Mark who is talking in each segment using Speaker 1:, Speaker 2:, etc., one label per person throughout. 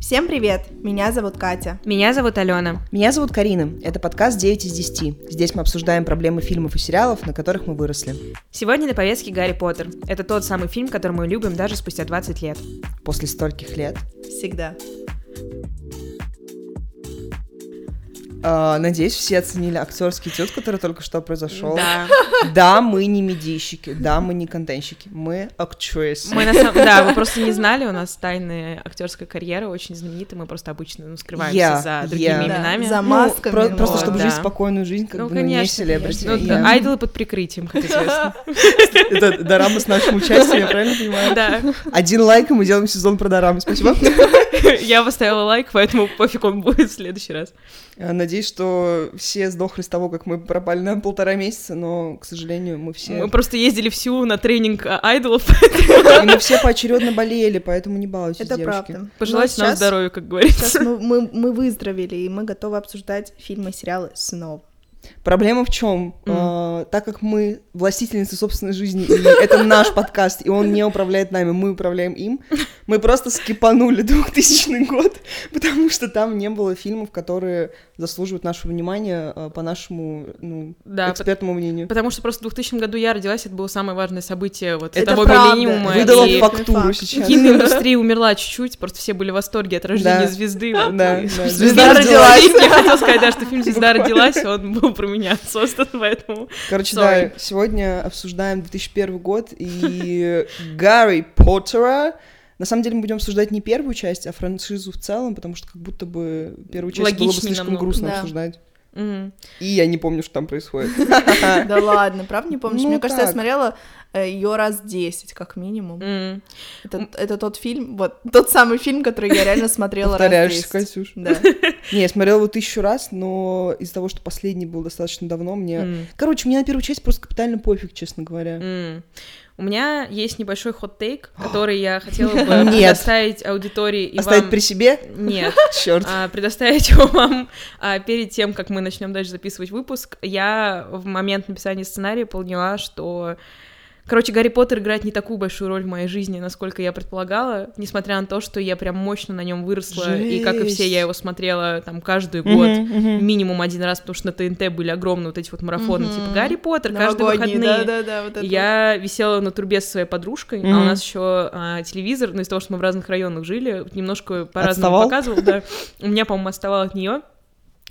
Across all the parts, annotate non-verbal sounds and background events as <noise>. Speaker 1: Всем привет! Меня зовут Катя.
Speaker 2: Меня зовут Алена.
Speaker 3: Меня зовут Карина. Это подкаст 9 из 10. Здесь мы обсуждаем проблемы фильмов и сериалов, на которых мы выросли.
Speaker 2: Сегодня на повестке Гарри Поттер. Это тот самый фильм, который мы любим даже спустя 20 лет.
Speaker 3: После стольких лет.
Speaker 1: Всегда.
Speaker 3: А, надеюсь, все оценили актерский тет, который только что произошел.
Speaker 2: Да.
Speaker 3: <laughs> Да, мы не медийщики, да, мы не контентщики, мы актрисы.
Speaker 2: Мы на самом... Да, вы просто не знали, у нас тайная актерская карьера очень знаменитая, мы просто обычно ну, скрываемся
Speaker 3: Я,
Speaker 2: за
Speaker 3: я.
Speaker 2: другими
Speaker 3: Да,
Speaker 2: именами.
Speaker 1: за
Speaker 3: Ну,
Speaker 1: масками.
Speaker 3: про-
Speaker 1: но-
Speaker 3: просто чтобы
Speaker 2: да.
Speaker 3: жить спокойную жизнь, как
Speaker 2: Ну,
Speaker 3: бы ну, не
Speaker 2: конечно,
Speaker 3: селебрити.
Speaker 2: Ну,
Speaker 3: Я-
Speaker 2: айдолы под прикрытием, как известно.
Speaker 3: Это дорама с нашим участием, я правильно <laughs> понимаю?
Speaker 2: Да. <laughs>
Speaker 3: Один лайк, и мы делаем сезон про дорамы. Спасибо.
Speaker 2: Я поставила лайк, поэтому пофиг он будет в следующий раз.
Speaker 3: А, Надеюсь, что все сдохли с того, как мы пропали на полтора месяца, но, к сожалению, мы все...
Speaker 2: Мы просто ездили всю на тренинг а, айдолов. <laughs>
Speaker 3: Ну, И мы все поочередно болели, поэтому не балуйтесь,
Speaker 1: Это
Speaker 3: девочки.
Speaker 1: правда.
Speaker 2: Пожелайте
Speaker 1: Но
Speaker 2: нам
Speaker 1: сейчас-
Speaker 2: здоровья, как
Speaker 1: Сейчас
Speaker 2: говорится.
Speaker 1: мы, мы- мы выздоровели, и мы готовы обсуждать фильмы и сериалы снова.
Speaker 3: Проблема в чем?
Speaker 2: Мгм.
Speaker 3: А, так как мы властительницы собственной жизни, и это наш подкаст, и он не управляет нами, мы управляем им, мы просто скипанули 2000 год, потому что там не было фильмов, которые заслуживают нашего внимания а, по нашему ну,
Speaker 2: Да, пот-
Speaker 3: экспертному мнению.
Speaker 2: Потому что просто в 2000 году я родилась, это было самое важное событие вот
Speaker 3: Это
Speaker 2: того
Speaker 1: правда.
Speaker 2: миллениума.
Speaker 3: Выдала
Speaker 2: и-
Speaker 1: факт.
Speaker 3: фактуру
Speaker 1: Факт.
Speaker 3: сейчас.
Speaker 2: Киноиндустрия умерла чуть-чуть, просто все были в восторге от рождения
Speaker 3: Да.
Speaker 2: звезды.
Speaker 3: Да,
Speaker 2: вот,
Speaker 3: да.
Speaker 2: и-
Speaker 3: Звезда
Speaker 1: Фильм
Speaker 3: родилась.
Speaker 1: родилась.
Speaker 2: Я хотела сказать, да, что фильм «Звезда
Speaker 3: Буквально.
Speaker 2: родилась», он был про меня создан, поэтому...
Speaker 3: Короче,
Speaker 2: Sorry.
Speaker 3: да, сегодня обсуждаем 2001 год и <laughs> Гарри Поттера. На самом деле мы будем обсуждать не первую часть, а франшизу в целом, потому что как будто бы первую часть было бы
Speaker 2: Логичнее
Speaker 3: слишком
Speaker 2: намного.
Speaker 3: грустно
Speaker 1: Да.
Speaker 3: обсуждать.
Speaker 2: Мгм.
Speaker 3: И я не помню, что там происходит.
Speaker 1: <laughs>
Speaker 2: <laughs>
Speaker 1: Да ладно, правда не помнишь?
Speaker 3: Ну,
Speaker 1: Мне кажется, я
Speaker 3: так.
Speaker 1: смотрела ее раз 10, как минимум.
Speaker 2: М.
Speaker 1: Это, это тот фильм, вот тот самый фильм, который я реально смотрела раз
Speaker 3: Повторяешься,
Speaker 1: 10.
Speaker 3: Катюш.
Speaker 1: Да.
Speaker 3: Не, я смотрела его тысячу раз, но из-за того, что последний был достаточно давно, мне...
Speaker 2: М.
Speaker 3: Короче, мне на первую часть просто капитально пофиг, честно говоря.
Speaker 2: М. У меня есть небольшой
Speaker 3: <gasps>
Speaker 2: хот-тейк, который я хотела бы
Speaker 3: Нет.
Speaker 2: предоставить аудитории и
Speaker 3: Оставить
Speaker 2: вам...
Speaker 3: при себе? <laughs>
Speaker 2: Нет,
Speaker 3: Черт.
Speaker 2: а, предоставить его вам а, перед тем, как мы начнем дальше записывать выпуск. Я в момент написания сценария поняла, что... Короче, Гарри Поттер играет не такую большую роль в моей жизни, насколько я предполагала, несмотря на то, что я прям мощно на нем выросла, и как и все, я
Speaker 3: Жесть.
Speaker 2: его смотрела там каждый <laughs> год.
Speaker 3: Мгм, мгм.
Speaker 2: Минимум один раз, потому что на ТНТ были огромные вот эти вот марафоны,
Speaker 1: Мгм.
Speaker 2: типа Гарри Поттер, каждые
Speaker 1: Новогодние,
Speaker 2: выходные.
Speaker 1: Да-да-да, вот это
Speaker 2: И Я висела на трубе со своей подружкой, а у
Speaker 3: Мгм.
Speaker 2: нас еще телевизор, ну из-за того, что мы в разных районах жили, немножко по-разному
Speaker 3: Отставал?
Speaker 2: показывал, да. У меня, по-моему, отставало от нее.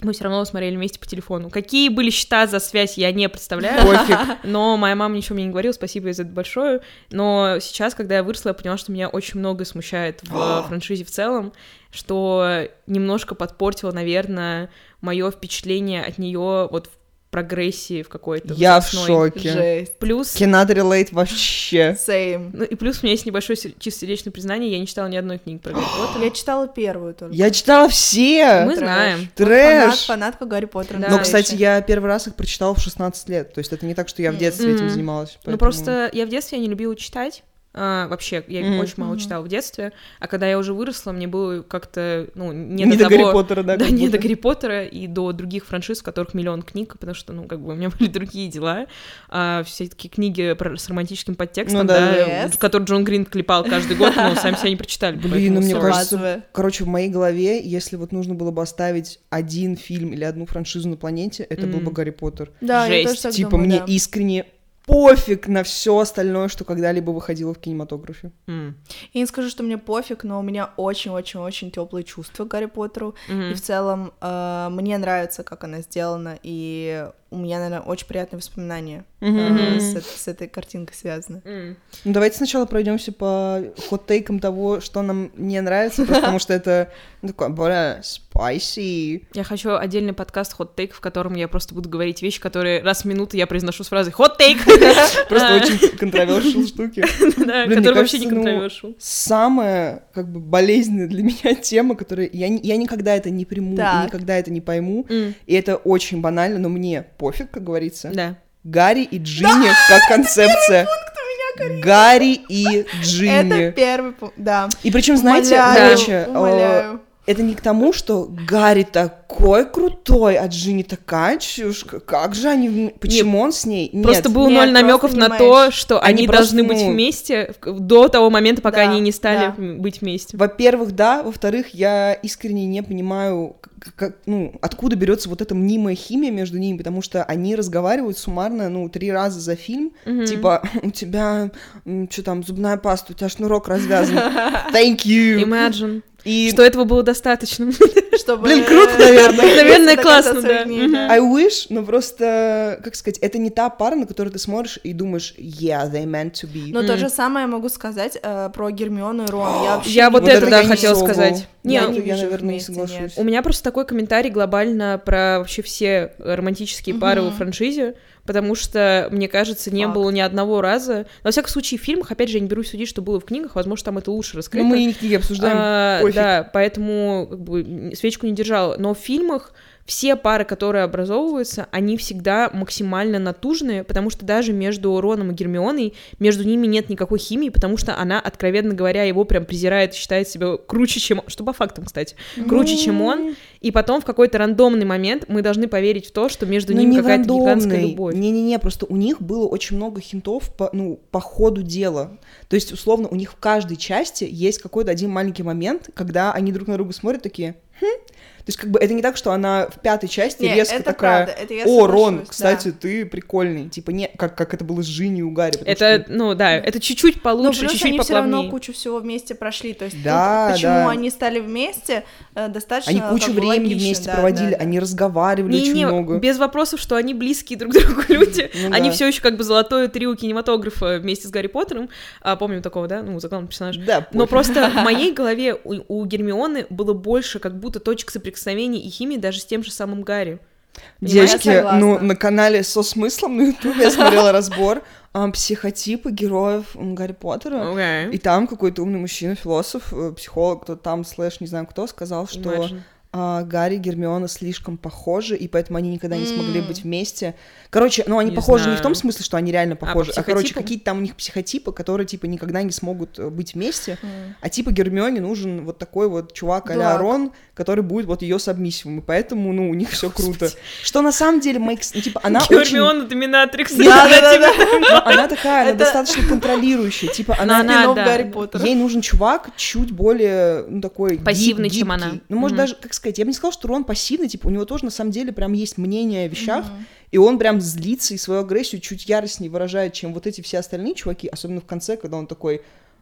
Speaker 2: Мы все равно его смотрели вместе по телефону. Какие были счета за связь, я не представляю.
Speaker 3: Пофиг.
Speaker 2: Но моя мама ничего мне не говорила, спасибо ей за это большое. Но сейчас, когда я выросла, я поняла, что меня очень много смущает
Speaker 3: А.
Speaker 2: в франшизе в целом, что немножко подпортило, наверное, мое впечатление от нее вот в прогрессии в какой-то
Speaker 3: Я в
Speaker 2: возрастной.
Speaker 1: вот.
Speaker 3: шоке.
Speaker 1: Жесть.
Speaker 2: Плюс
Speaker 3: Cannot relate вообще.
Speaker 1: Same.
Speaker 2: ну и плюс у меня есть небольшое се- чисто сердечное признание, я не читала ни одной книги про
Speaker 3: <gasps>
Speaker 2: Гарри Поттера.
Speaker 1: Я читала первую только.
Speaker 3: Я читала все!
Speaker 2: Мы
Speaker 1: трэш.
Speaker 2: знаем.
Speaker 1: Фанат,
Speaker 3: Трэш!
Speaker 1: фанатка Гарри Поттера.
Speaker 2: Да,
Speaker 3: Но,
Speaker 1: настоящая.
Speaker 3: кстати, я первый раз их прочитала в 16 лет. То есть это не так, что я в детстве этим
Speaker 2: Мгм.
Speaker 3: занималась.
Speaker 2: Ну
Speaker 3: поэтому- <laughs>
Speaker 2: просто я в детстве не любила читать. а, вообще, я
Speaker 3: Мгм.
Speaker 2: очень мало
Speaker 1: Мгм.
Speaker 2: читала в детстве, а когда я уже выросла, мне было как-то, ну, не,
Speaker 3: Не, до,
Speaker 2: того...
Speaker 3: Гарри Поттера,
Speaker 2: <laughs>
Speaker 3: да?
Speaker 2: Да,
Speaker 3: как
Speaker 2: не
Speaker 3: будто.
Speaker 2: до Гарри Поттера и до других франшиз, в которых миллион книг, потому что, ну, как бы у меня <laughs> были другие дела. А, все такие книги про- с романтическим подтекстом,
Speaker 3: Ну
Speaker 2: да,
Speaker 3: да,
Speaker 1: да. Yes.
Speaker 2: которые Джон Грин клепал каждый год, но сами себя не прочитали.
Speaker 3: <laughs> Блин,
Speaker 2: поэтому
Speaker 3: ну, мне
Speaker 2: sorry.
Speaker 3: кажется,
Speaker 1: Базовая.
Speaker 3: Короче, в моей голове, если вот нужно было бы оставить один фильм или одну франшизу на планете, это был бы
Speaker 2: Мгм.
Speaker 3: Гарри Поттер.
Speaker 1: Да, я тоже
Speaker 2: Жесть,
Speaker 1: так
Speaker 3: типа,
Speaker 1: думаю,
Speaker 3: мне
Speaker 1: да.
Speaker 3: искренне пофиг на все остальное, что когда-либо выходило в кинематографе.
Speaker 2: М.
Speaker 1: Я не скажу, что мне пофиг, но у меня очень-очень-очень теплые чувства к Гарри Поттеру.
Speaker 2: Мгм.
Speaker 1: И в целом э, мне нравится, как она сделана, и у меня, наверное, очень приятные воспоминания э,
Speaker 2: Мгм.
Speaker 1: с, эт- с этой картинкой связаны.
Speaker 2: М.
Speaker 3: Ну, давайте сначала пройдемся по хот-тейкам того, что нам не нравится, просто
Speaker 2: <laughs>
Speaker 3: потому что это ну, такое более spicy.
Speaker 2: Я хочу отдельный подкаст «Хот-тейк», в котором я просто буду говорить вещи, которые раз в минуту я произношу с фразой «Хот-тейк»,
Speaker 3: <laughs> Просто
Speaker 2: А.
Speaker 3: очень контровершил штуки.
Speaker 2: да,
Speaker 3: мне
Speaker 2: который вообще не
Speaker 3: кажется, ну,
Speaker 2: контровершил.
Speaker 3: самая как бы болезненная для <laughs> меня тема, которую я, ни- я никогда это не приму, и
Speaker 1: Так.
Speaker 3: никогда это не пойму.
Speaker 2: М,
Speaker 3: И это очень банально, но мне пофиг, как говорится.
Speaker 2: Да.
Speaker 3: Гарри и Джинни
Speaker 1: <laughs>
Speaker 3: как концепция. Гарри и
Speaker 1: Это
Speaker 3: Джинни.
Speaker 1: первый пункт, да.
Speaker 3: И причем, Ну, знаете,
Speaker 1: Умоляю,
Speaker 3: короче, э,
Speaker 1: умоляю.
Speaker 3: Это не к тому, что Гарри такой крутой, а Джинни такая чушка. Как же они... вм- Почему он с ней? Нет.
Speaker 2: Просто было
Speaker 1: нет,
Speaker 2: ноль
Speaker 1: просто
Speaker 2: намеков на то,
Speaker 1: понимаешь,
Speaker 2: что
Speaker 3: они
Speaker 2: они,
Speaker 3: просто,
Speaker 2: должны быть
Speaker 3: ну,
Speaker 2: вместе в- до того момента, пока
Speaker 1: Да,
Speaker 2: они не стали
Speaker 1: да.
Speaker 2: м, быть вместе.
Speaker 3: Во-первых, да. Во-вторых, я искренне не понимаю, к- как, ну, откуда берется вот эта мнимая химия между ними, потому что они разговаривают суммарно, ну, три раза за фильм.
Speaker 2: Мгм.
Speaker 3: Типа, у тебя, что там, зубная паста, у тебя
Speaker 2: <laughs>
Speaker 3: шнурок развязан. Thank you.
Speaker 2: Imagine.
Speaker 3: И
Speaker 2: Что этого было достаточно.
Speaker 1: Чтобы... <laughs>
Speaker 3: Блин, круто, А, наверное.
Speaker 2: Наверное,
Speaker 1: Если до
Speaker 2: классно,
Speaker 1: конца
Speaker 2: да.
Speaker 1: своих дней,
Speaker 2: Мгм.
Speaker 1: да.
Speaker 3: I wish, но просто, как сказать, это не та пара, на которую ты смотришь и думаешь, yeah, they meant to be.
Speaker 1: Но то
Speaker 2: М.
Speaker 1: же самое могу сказать э, про Гермиону и Рон.
Speaker 3: <gasps>
Speaker 1: Я, вообще
Speaker 2: Я
Speaker 1: не
Speaker 2: вот
Speaker 1: вижу
Speaker 2: это, да,
Speaker 1: их
Speaker 2: хотела
Speaker 1: вместе.
Speaker 2: сказать. Не,
Speaker 3: Я,
Speaker 1: не вижу
Speaker 3: я,
Speaker 1: их
Speaker 3: наверное, не
Speaker 1: вместе,
Speaker 3: соглашусь.
Speaker 1: нет.
Speaker 2: У меня просто такой комментарий глобально про вообще все э, романтические пары во
Speaker 1: Мгм.
Speaker 2: франшизе, потому что, мне кажется, не
Speaker 1: Факт.
Speaker 2: было ни одного раза. Во всяком случае, в фильмах, опять же, я не берусь судить, что было в книгах, возможно, там это лучше
Speaker 3: Ну,
Speaker 2: раскрыто.
Speaker 3: мы и не книги обсуждаем.
Speaker 2: А,
Speaker 3: пофиг.
Speaker 2: да, поэтому как бы, м, свечку не держала. Но в фильмах все пары, которые образовываются, они всегда максимально натужные, потому что даже между Роном и Гермионой между ними нет никакой химии, потому что она, откровенно говоря, его прям презирает, считает себя круче, чем... Что по фактам, кстати. Круче,
Speaker 3: Ну,
Speaker 2: чем он. И потом в какой-то рандомный момент мы должны поверить в то, что между
Speaker 3: Ну,
Speaker 2: ними
Speaker 3: не
Speaker 2: какая-то гигантская
Speaker 3: рандомный.
Speaker 2: любовь.
Speaker 3: Не-не-не, просто у них было очень много хинтов по, ну, по ходу дела. То есть, условно, у них в каждой части есть какой-то один маленький момент, когда они друг на друга смотрят такие, «Хм». То есть, как бы, это не так, что она в пятой части
Speaker 1: Не,
Speaker 3: резко
Speaker 1: это
Speaker 3: такая...
Speaker 1: правда, это я
Speaker 3: О, Рон,
Speaker 1: соглашусь,
Speaker 3: кстати,
Speaker 1: да.
Speaker 3: ты прикольный. Типа, не, как, как это было с Жинни и у Гарри. потому
Speaker 2: Это,
Speaker 3: что-
Speaker 2: ну да, это чуть-чуть
Speaker 1: Но
Speaker 2: получше,
Speaker 1: Ну, плюс они
Speaker 2: чуть-чуть
Speaker 1: все равно
Speaker 2: поплавнее.
Speaker 1: кучу всего вместе прошли. То есть
Speaker 3: Да,
Speaker 1: тут почему
Speaker 3: да.
Speaker 1: они стали вместе, э, достаточно
Speaker 3: Они кучу
Speaker 1: как бы,
Speaker 3: времени
Speaker 1: логично,
Speaker 3: вместе
Speaker 1: да,
Speaker 3: проводили,
Speaker 1: да, да.
Speaker 3: они разговаривали очень
Speaker 2: Не-не,
Speaker 3: много.
Speaker 2: без вопросов, что они близкие друг <laughs> другу люди.
Speaker 3: Ну
Speaker 2: они
Speaker 3: да.
Speaker 2: все еще как бы золотое трио кинематографа вместе с Гарри Поттером. А, помним такого, да? Ну, заглавный персонаж.
Speaker 3: Да,
Speaker 2: Но
Speaker 3: пофиг.
Speaker 2: просто
Speaker 3: <laughs>
Speaker 2: в моей голове у, у Гермионы было больше как будто точек соприкосновения и химии даже с тем же самым Гарри.
Speaker 1: Понимаешь?
Speaker 3: Девочки,
Speaker 1: Я согласна.
Speaker 3: ну, на канале со смыслом на ютубе я смотрела разбор а, психотипы героев м, Гарри Поттера. Ну, И там какой-то умный мужчина, философ, э, психолог, кто там, слэш, не знаю кто, сказал, что
Speaker 2: Imagine.
Speaker 3: а, Гарри и Гермиона слишком похожи, и поэтому они никогда не смогли
Speaker 1: М.
Speaker 3: быть вместе. Короче, ну, они
Speaker 2: Не
Speaker 3: похожи не в
Speaker 2: знаю.
Speaker 3: том смысле, что они реально
Speaker 2: по
Speaker 3: похожи, а, короче,
Speaker 2: психотипам?
Speaker 3: какие-то там у них психотипы, которые, типа, никогда не смогут э, быть вместе.
Speaker 1: М.
Speaker 3: А типа Гермионе нужен вот такой вот чувак а
Speaker 1: Дурак.
Speaker 3: Рон, который будет вот ее сабмиссивом. И поэтому, ну, у них все
Speaker 2: Господи.
Speaker 3: круто. Что на самом деле, Мэйкс, типа, она очень...
Speaker 2: Гермиона типа Доминатрикс.
Speaker 3: Да, да, да,
Speaker 2: <laughs>
Speaker 3: да. Она такая, она
Speaker 1: Это-
Speaker 3: достаточно контролирующая. Типа,
Speaker 2: Но
Speaker 3: она...
Speaker 2: она-
Speaker 1: Спин-офф
Speaker 2: да.
Speaker 1: Гарри Поттера.
Speaker 3: Ей нужен чувак чуть более, ну, такой гиб-
Speaker 2: Пассивный, чем
Speaker 3: гибкий.
Speaker 2: она.
Speaker 3: Ну, может,
Speaker 2: Мгм.
Speaker 3: даже, как сказать, я бы не сказала, что Рон пассивный, типа, у него тоже, на самом деле, прям есть мнение о вещах,
Speaker 1: Мгм.
Speaker 3: и он прям злится и свою агрессию чуть яростнее выражает, чем вот эти все остальные чуваки, особенно в конце, когда он такой,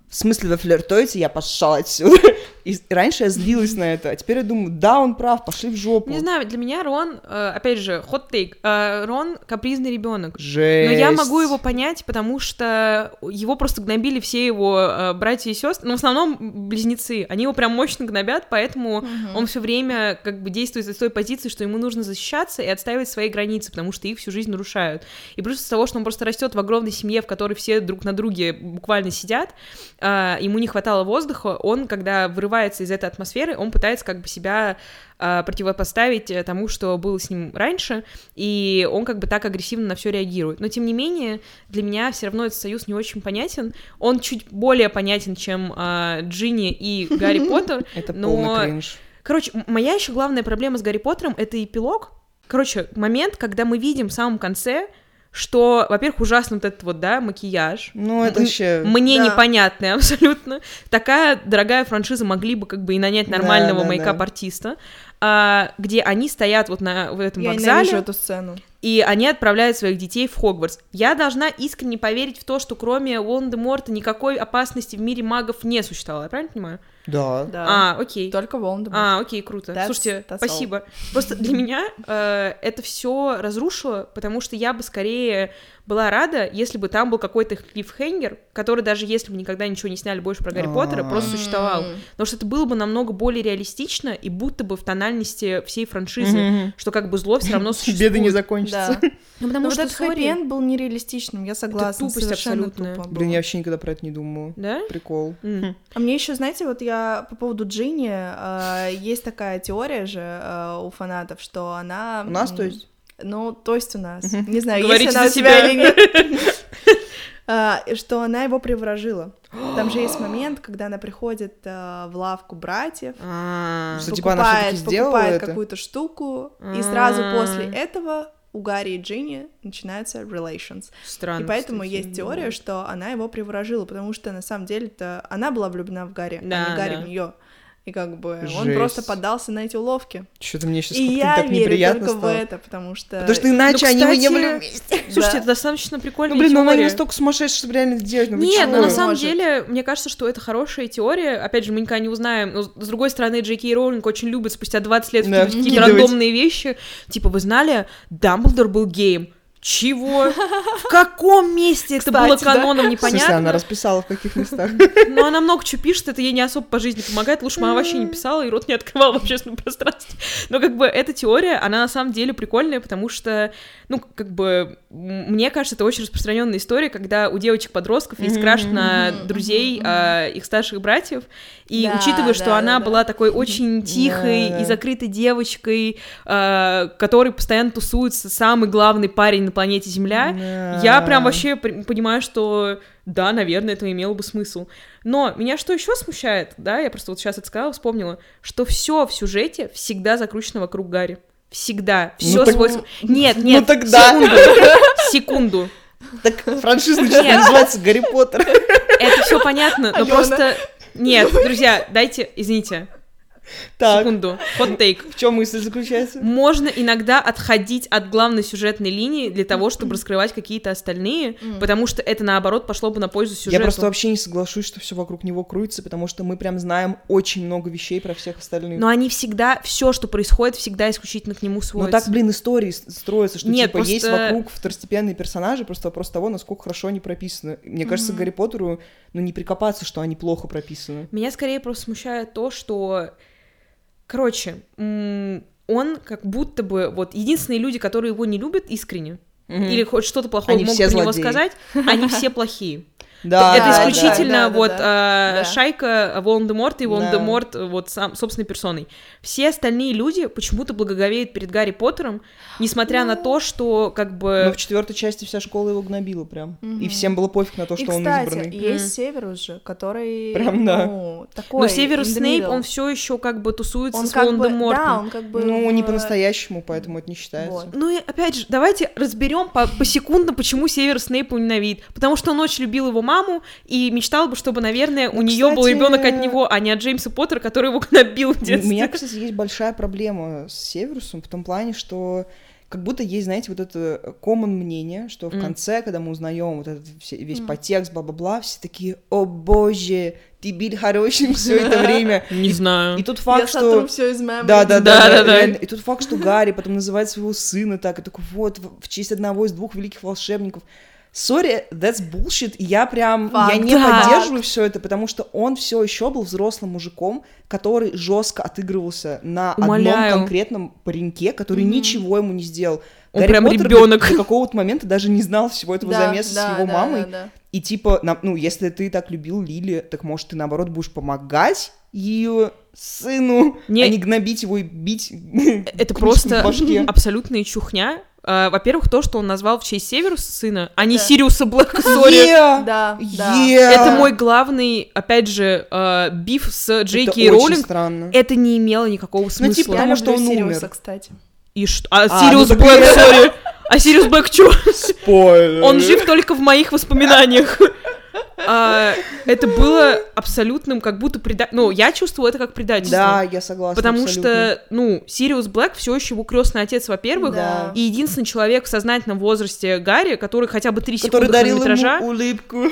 Speaker 3: в смысле вы флиртуете, я пошел отсюда. <laughs> И с- раньше я злилась на это, а теперь я думаю, да, он прав, пошли в жопу.
Speaker 2: Не знаю, для меня Рон, э, опять же, хот-тейк, э, Рон капризный ребенок.
Speaker 3: Жесть.
Speaker 2: Но я могу его понять, потому что его просто гнобили все его э, братья и сестры, ну, в основном близнецы. Они его прям мощно гнобят, поэтому
Speaker 1: Мгм.
Speaker 2: он все время как бы действует из той позиции, что ему нужно защищаться и отстаивать свои границы, потому что их всю жизнь нарушают. И плюс из того, что он просто растет в огромной семье, в которой все друг на друге буквально сидят, а, ему не хватало воздуха, он, когда вырывается из этой атмосферы, он пытается как бы себя а, противопоставить э, тому, что было с ним раньше, и он как бы так агрессивно на все реагирует. Но тем не менее, для меня все равно этот союз не очень понятен. Он чуть более понятен, чем а, Джинни и Гарри Поттер.
Speaker 3: Это
Speaker 2: но-
Speaker 3: полный кринж.
Speaker 2: Короче, м- моя еще главная проблема с Гарри Поттером это эпилог. Короче, момент, когда мы видим в самом конце, что, во-первых, ужасно вот этот вот, да, макияж.
Speaker 3: Ну, это
Speaker 2: М-
Speaker 3: вообще...
Speaker 1: Э,
Speaker 2: Мне
Speaker 1: Да.
Speaker 2: непонятная <laughs> абсолютно. Такая дорогая франшиза могли бы как бы и нанять
Speaker 3: Да,
Speaker 2: нормального
Speaker 3: да, да.
Speaker 2: мейкап-артиста, а, где они стоят вот на вот этом
Speaker 1: Я
Speaker 2: вокзале,
Speaker 1: ненавижу эту сцену.
Speaker 2: и они отправляют своих детей в Хогвартс. Я должна искренне поверить в то, что кроме Уолдеморта никакой опасности в мире магов не существовало, я правильно понимаю?
Speaker 3: Да.
Speaker 1: Да.
Speaker 2: А, окей.
Speaker 1: Только Волан-де-Морт.
Speaker 2: А, окей, круто.
Speaker 1: That's-
Speaker 2: Слушайте,
Speaker 1: that's all.
Speaker 2: спасибо. Просто для меня э, это все разрушило, потому что я бы скорее была рада, если бы там был какой-то клиффхенгер, который даже если бы никогда ничего не сняли больше про Гарри Поттера, просто
Speaker 1: М.
Speaker 2: существовал. Потому что это было бы намного более реалистично и будто бы в тональности всей франшизы,
Speaker 3: Мгм.
Speaker 2: что как бы зло
Speaker 1: <laughs>
Speaker 2: все равно существует.
Speaker 3: Беды не
Speaker 1: Да.
Speaker 3: закончатся.
Speaker 2: Ну, потому
Speaker 1: Но вот
Speaker 2: что,
Speaker 1: этот
Speaker 2: сори,
Speaker 1: хэппи-энд был нереалистичным, я согласна.
Speaker 2: тупость
Speaker 1: совершенно
Speaker 2: абсолютная.
Speaker 1: тупо
Speaker 3: <laughs> Блин,
Speaker 1: было.
Speaker 3: я вообще никогда про это не думала.
Speaker 2: Да?
Speaker 3: Прикол.
Speaker 2: М.
Speaker 1: А мне еще, знаете, вот я по поводу Джинни, э, есть такая теория же э, у фанатов, что она...
Speaker 3: У нас, то
Speaker 1: м,
Speaker 3: есть?
Speaker 1: Ну, то есть у нас. Не знаю,
Speaker 2: Говорите
Speaker 1: есть она у
Speaker 2: за
Speaker 1: себя
Speaker 2: себя.
Speaker 1: или нет. <laughs> а, и что она его приворожила. Там же есть момент, когда она приходит а, в лавку братьев,
Speaker 2: А,
Speaker 3: Что, типа, она всё-таки сделала
Speaker 1: покупает
Speaker 3: это?
Speaker 1: какую-то штуку, и сразу
Speaker 2: А.
Speaker 1: после этого у Гарри и Джинни начинаются relations.
Speaker 2: Странно.
Speaker 1: и поэтому
Speaker 2: А, ну, кстати,
Speaker 1: есть
Speaker 2: да.
Speaker 1: теория, что она его приворожила, потому что на самом деле-то она была влюблена в Гарри, а
Speaker 2: Да,
Speaker 1: не Гарри
Speaker 2: да.
Speaker 1: в нее. И как бы он
Speaker 3: Жесть.
Speaker 1: просто поддался на эти уловки.
Speaker 3: Что-то мне сейчас
Speaker 1: И я
Speaker 3: так
Speaker 1: верю
Speaker 3: неприятно
Speaker 1: только в
Speaker 3: стало.
Speaker 1: это, потому что...
Speaker 3: Потому
Speaker 1: <laughs>
Speaker 3: что иначе
Speaker 2: Ну,
Speaker 3: они бы не
Speaker 2: кстати,
Speaker 3: были вместе.
Speaker 2: Слушайте,
Speaker 1: Да.
Speaker 2: это достаточно прикольная
Speaker 3: Ну, блин, ну она не
Speaker 2: теория.
Speaker 3: настолько сумасшедшая, чтобы реально это делать. Ну, вы
Speaker 2: Нет,
Speaker 3: чё?
Speaker 2: но на
Speaker 1: Может.
Speaker 2: самом деле, мне кажется, что это хорошая теория. Опять же, мы никогда не узнаем. Но, с с другой стороны, Джей Кей Роулинг очень любит спустя 20 лет
Speaker 3: Да,
Speaker 2: вкидывать какие-то
Speaker 3: вкидывать.
Speaker 2: рандомные вещи. Типа, вы знали, Дамблдор был геем. Чего? В каком месте это
Speaker 1: Кстати,
Speaker 2: было
Speaker 1: да.
Speaker 2: каноном,
Speaker 3: В смысле, она
Speaker 2: непонятно.
Speaker 3: расписала в
Speaker 2: <laughs>
Speaker 3: каких местах.
Speaker 2: Но она много чего пишет, это ей не особо по жизни помогает. Лучше бы она вообще не писала и рот не открывала в общественном пространстве. Но как бы эта теория, она на самом деле прикольная, потому что, ну, как бы, м, мне кажется, это очень распространенная история, когда у девочек-подростков есть
Speaker 3: Мгм,
Speaker 2: краш на
Speaker 1: мгм,
Speaker 2: друзей
Speaker 1: мгм,
Speaker 2: а, их старших братьев. И
Speaker 1: Да,
Speaker 2: учитывая, что
Speaker 1: да,
Speaker 2: она
Speaker 1: да, да.
Speaker 2: была такой очень тихой
Speaker 3: Да.
Speaker 2: и закрытой девочкой, а, которой постоянно тусуется самый главный парень на планете Земля,
Speaker 3: Э.
Speaker 2: я прям вообще при- понимаю, что да, наверное, это имело бы смысл. Но меня что еще смущает, да, я просто вот сейчас это сказала, вспомнила, что все в сюжете всегда закручено вокруг Гарри. Всегда.
Speaker 3: Ну
Speaker 2: Все
Speaker 3: так-
Speaker 2: сводится. Нет,
Speaker 3: Ну
Speaker 2: нет,
Speaker 3: тогда.
Speaker 2: секунду. Секунду.
Speaker 3: Так франшиза начинает называться Гарри
Speaker 2: <laughs>
Speaker 3: Поттер.
Speaker 2: Это все понятно,
Speaker 3: А
Speaker 2: но
Speaker 1: Алена.
Speaker 2: просто. Нет, друзья, дайте, извините,
Speaker 3: Так,
Speaker 2: секунду. Хот-тейк.
Speaker 3: в чем мысль заключается?
Speaker 2: Можно иногда отходить от главной сюжетной линии для
Speaker 3: <clears throat>
Speaker 2: того, чтобы раскрывать какие-то остальные,
Speaker 1: М.
Speaker 2: потому что это наоборот пошло бы на пользу сюжету.
Speaker 3: Я просто вообще не соглашусь, что все вокруг него крутится, потому что мы прям знаем очень много вещей про всех остальных.
Speaker 2: Но они всегда, все, что происходит, всегда исключительно к нему
Speaker 3: Но
Speaker 2: сводится.
Speaker 3: Ну так, блин, истории с- строятся, что
Speaker 2: Нет,
Speaker 3: типа есть
Speaker 2: просто-
Speaker 3: вокруг второстепенные персонажи просто вопрос того, насколько хорошо они прописаны. Мне кажется, Гарри Поттеру ну не прикопаться, что они плохо прописаны.
Speaker 2: Меня скорее просто смущает то, что... Короче, м, он как будто бы... Вот единственные люди, которые его не любят искренне, или хоть что-то плохое
Speaker 3: Они
Speaker 2: могут
Speaker 3: все
Speaker 2: про него
Speaker 3: злодеи.
Speaker 2: сказать, они все
Speaker 3: <laughs>
Speaker 2: плохие.
Speaker 3: да,
Speaker 2: это
Speaker 3: да, да.
Speaker 2: исключительно
Speaker 1: да, да,
Speaker 2: вот
Speaker 1: да.
Speaker 2: а,
Speaker 1: Да.
Speaker 2: шайка Волан-де-Морт и
Speaker 3: Да.
Speaker 2: Волан-де-Морт э, вот сам, собственной персоной. Все остальные люди почему-то благоговеют перед Гарри Поттером, несмотря
Speaker 3: Ну,
Speaker 2: на то, что как
Speaker 3: Но
Speaker 2: бы...
Speaker 3: в четвертой части вся школа его гнобила прям.
Speaker 1: Э, Мгм.
Speaker 3: И всем было пофиг на то,
Speaker 1: И,
Speaker 3: что он
Speaker 1: кстати,
Speaker 3: избранный.
Speaker 1: есть
Speaker 2: Мгм.
Speaker 1: Северус же, который,
Speaker 3: Прям да.
Speaker 1: ну, такой...
Speaker 2: Но Северус
Speaker 1: in the
Speaker 2: Снейп,
Speaker 1: middle.
Speaker 2: он все еще как бы тусуется
Speaker 1: он
Speaker 2: с
Speaker 1: как бы,
Speaker 2: Волан-де-Мортом.
Speaker 1: да, он как бы...
Speaker 3: Ну, не
Speaker 1: в-
Speaker 3: по-настоящему, поэтому это не считается.
Speaker 1: Вот.
Speaker 2: Ну и опять же, давайте разберем по посекундно, почему Север Снейпа ненавидит. Потому что он очень любил его маму и мечтал бы, чтобы, наверное, у
Speaker 3: Ну,
Speaker 2: нее был
Speaker 3: кстати,
Speaker 2: ребенок от него, а не от Джеймса Поттера, который его <laughs> набил в
Speaker 3: У
Speaker 2: детстве.
Speaker 3: меня, кстати, есть большая проблема с Северусом в том плане, что как будто есть, знаете, вот это common мнение, что в
Speaker 2: М.
Speaker 3: конце, когда мы узнаем вот этот все- весь
Speaker 1: М.
Speaker 3: подтекст, бла-бла-бла, все такие, о боже, ты был хорошим все это
Speaker 1: <laughs>
Speaker 3: время.
Speaker 2: <laughs> Не знаю.
Speaker 3: И тут
Speaker 1: Я
Speaker 3: факт,
Speaker 1: сотру
Speaker 3: что...
Speaker 1: все из мемори.
Speaker 3: Да, да, да, да,
Speaker 2: Да-да-да.
Speaker 3: реально. И тут факт, что Гарри потом называет своего сына так, и такой, вот, в в честь одного из двух великих волшебников. Sorry, that's bullshit. И Я прям, я
Speaker 1: Факт.
Speaker 3: не
Speaker 2: Да.
Speaker 3: поддерживаю все это, потому что он все еще был взрослым мужиком, который жестко отыгрывался на
Speaker 2: Умоляю.
Speaker 3: одном конкретном пареньке, который
Speaker 1: Мгм.
Speaker 3: ничего ему не сделал.
Speaker 2: Он
Speaker 3: Гарри
Speaker 2: прям
Speaker 3: Поттер
Speaker 2: ребенок.
Speaker 3: До какого-то момента даже не знал всего этого
Speaker 1: Да,
Speaker 3: замеса
Speaker 1: да,
Speaker 3: с его
Speaker 1: да,
Speaker 3: мамой.
Speaker 1: да, да.
Speaker 3: И типа, нам- ну, если ты так любил Лили, так может ты наоборот будешь помогать ее сыну,
Speaker 2: Не- Э,
Speaker 3: а не гнобить его и бить. <laughs>
Speaker 2: Это
Speaker 3: кружкой
Speaker 2: просто
Speaker 3: в башке.
Speaker 2: <laughs>
Speaker 3: А,
Speaker 2: абсолютная чухня. А, Во-первых, то, что он назвал в честь Северуса сына, а не
Speaker 1: Да.
Speaker 2: Сириуса Блэка, сори.
Speaker 3: Е!
Speaker 1: Да, да.
Speaker 3: Е!
Speaker 2: Это мой главный, опять же, э, биф с Джей
Speaker 3: Это
Speaker 2: Кей
Speaker 3: очень
Speaker 2: Роулинг. <laughs>
Speaker 3: странно.
Speaker 2: Это не имело
Speaker 1: Ну,
Speaker 2: никакого
Speaker 3: типа,
Speaker 2: смысла.
Speaker 1: Я
Speaker 3: Потому что
Speaker 1: люблю
Speaker 3: он
Speaker 1: Сириуса,
Speaker 3: умер.
Speaker 1: кстати.
Speaker 2: И что? А,
Speaker 3: ну
Speaker 2: Сириус
Speaker 3: так
Speaker 2: Блэк,
Speaker 3: это-
Speaker 2: сори. А Сириус Блэк чё?
Speaker 3: Спойлер.
Speaker 2: Он жив только в моих воспоминаниях. А, это было абсолютным, как будто предательство. Ну, я чувствую это как предательство.
Speaker 3: Да, я согласна.
Speaker 2: Потому
Speaker 3: абсолютно.
Speaker 2: что, ну, Сириус Блэк все еще его крестный отец, во-первых,
Speaker 1: Да.
Speaker 2: и единственный человек в сознательном возрасте Гарри, который хотя бы три секунды
Speaker 3: который дарил
Speaker 2: хронометража,
Speaker 3: ему улыбку.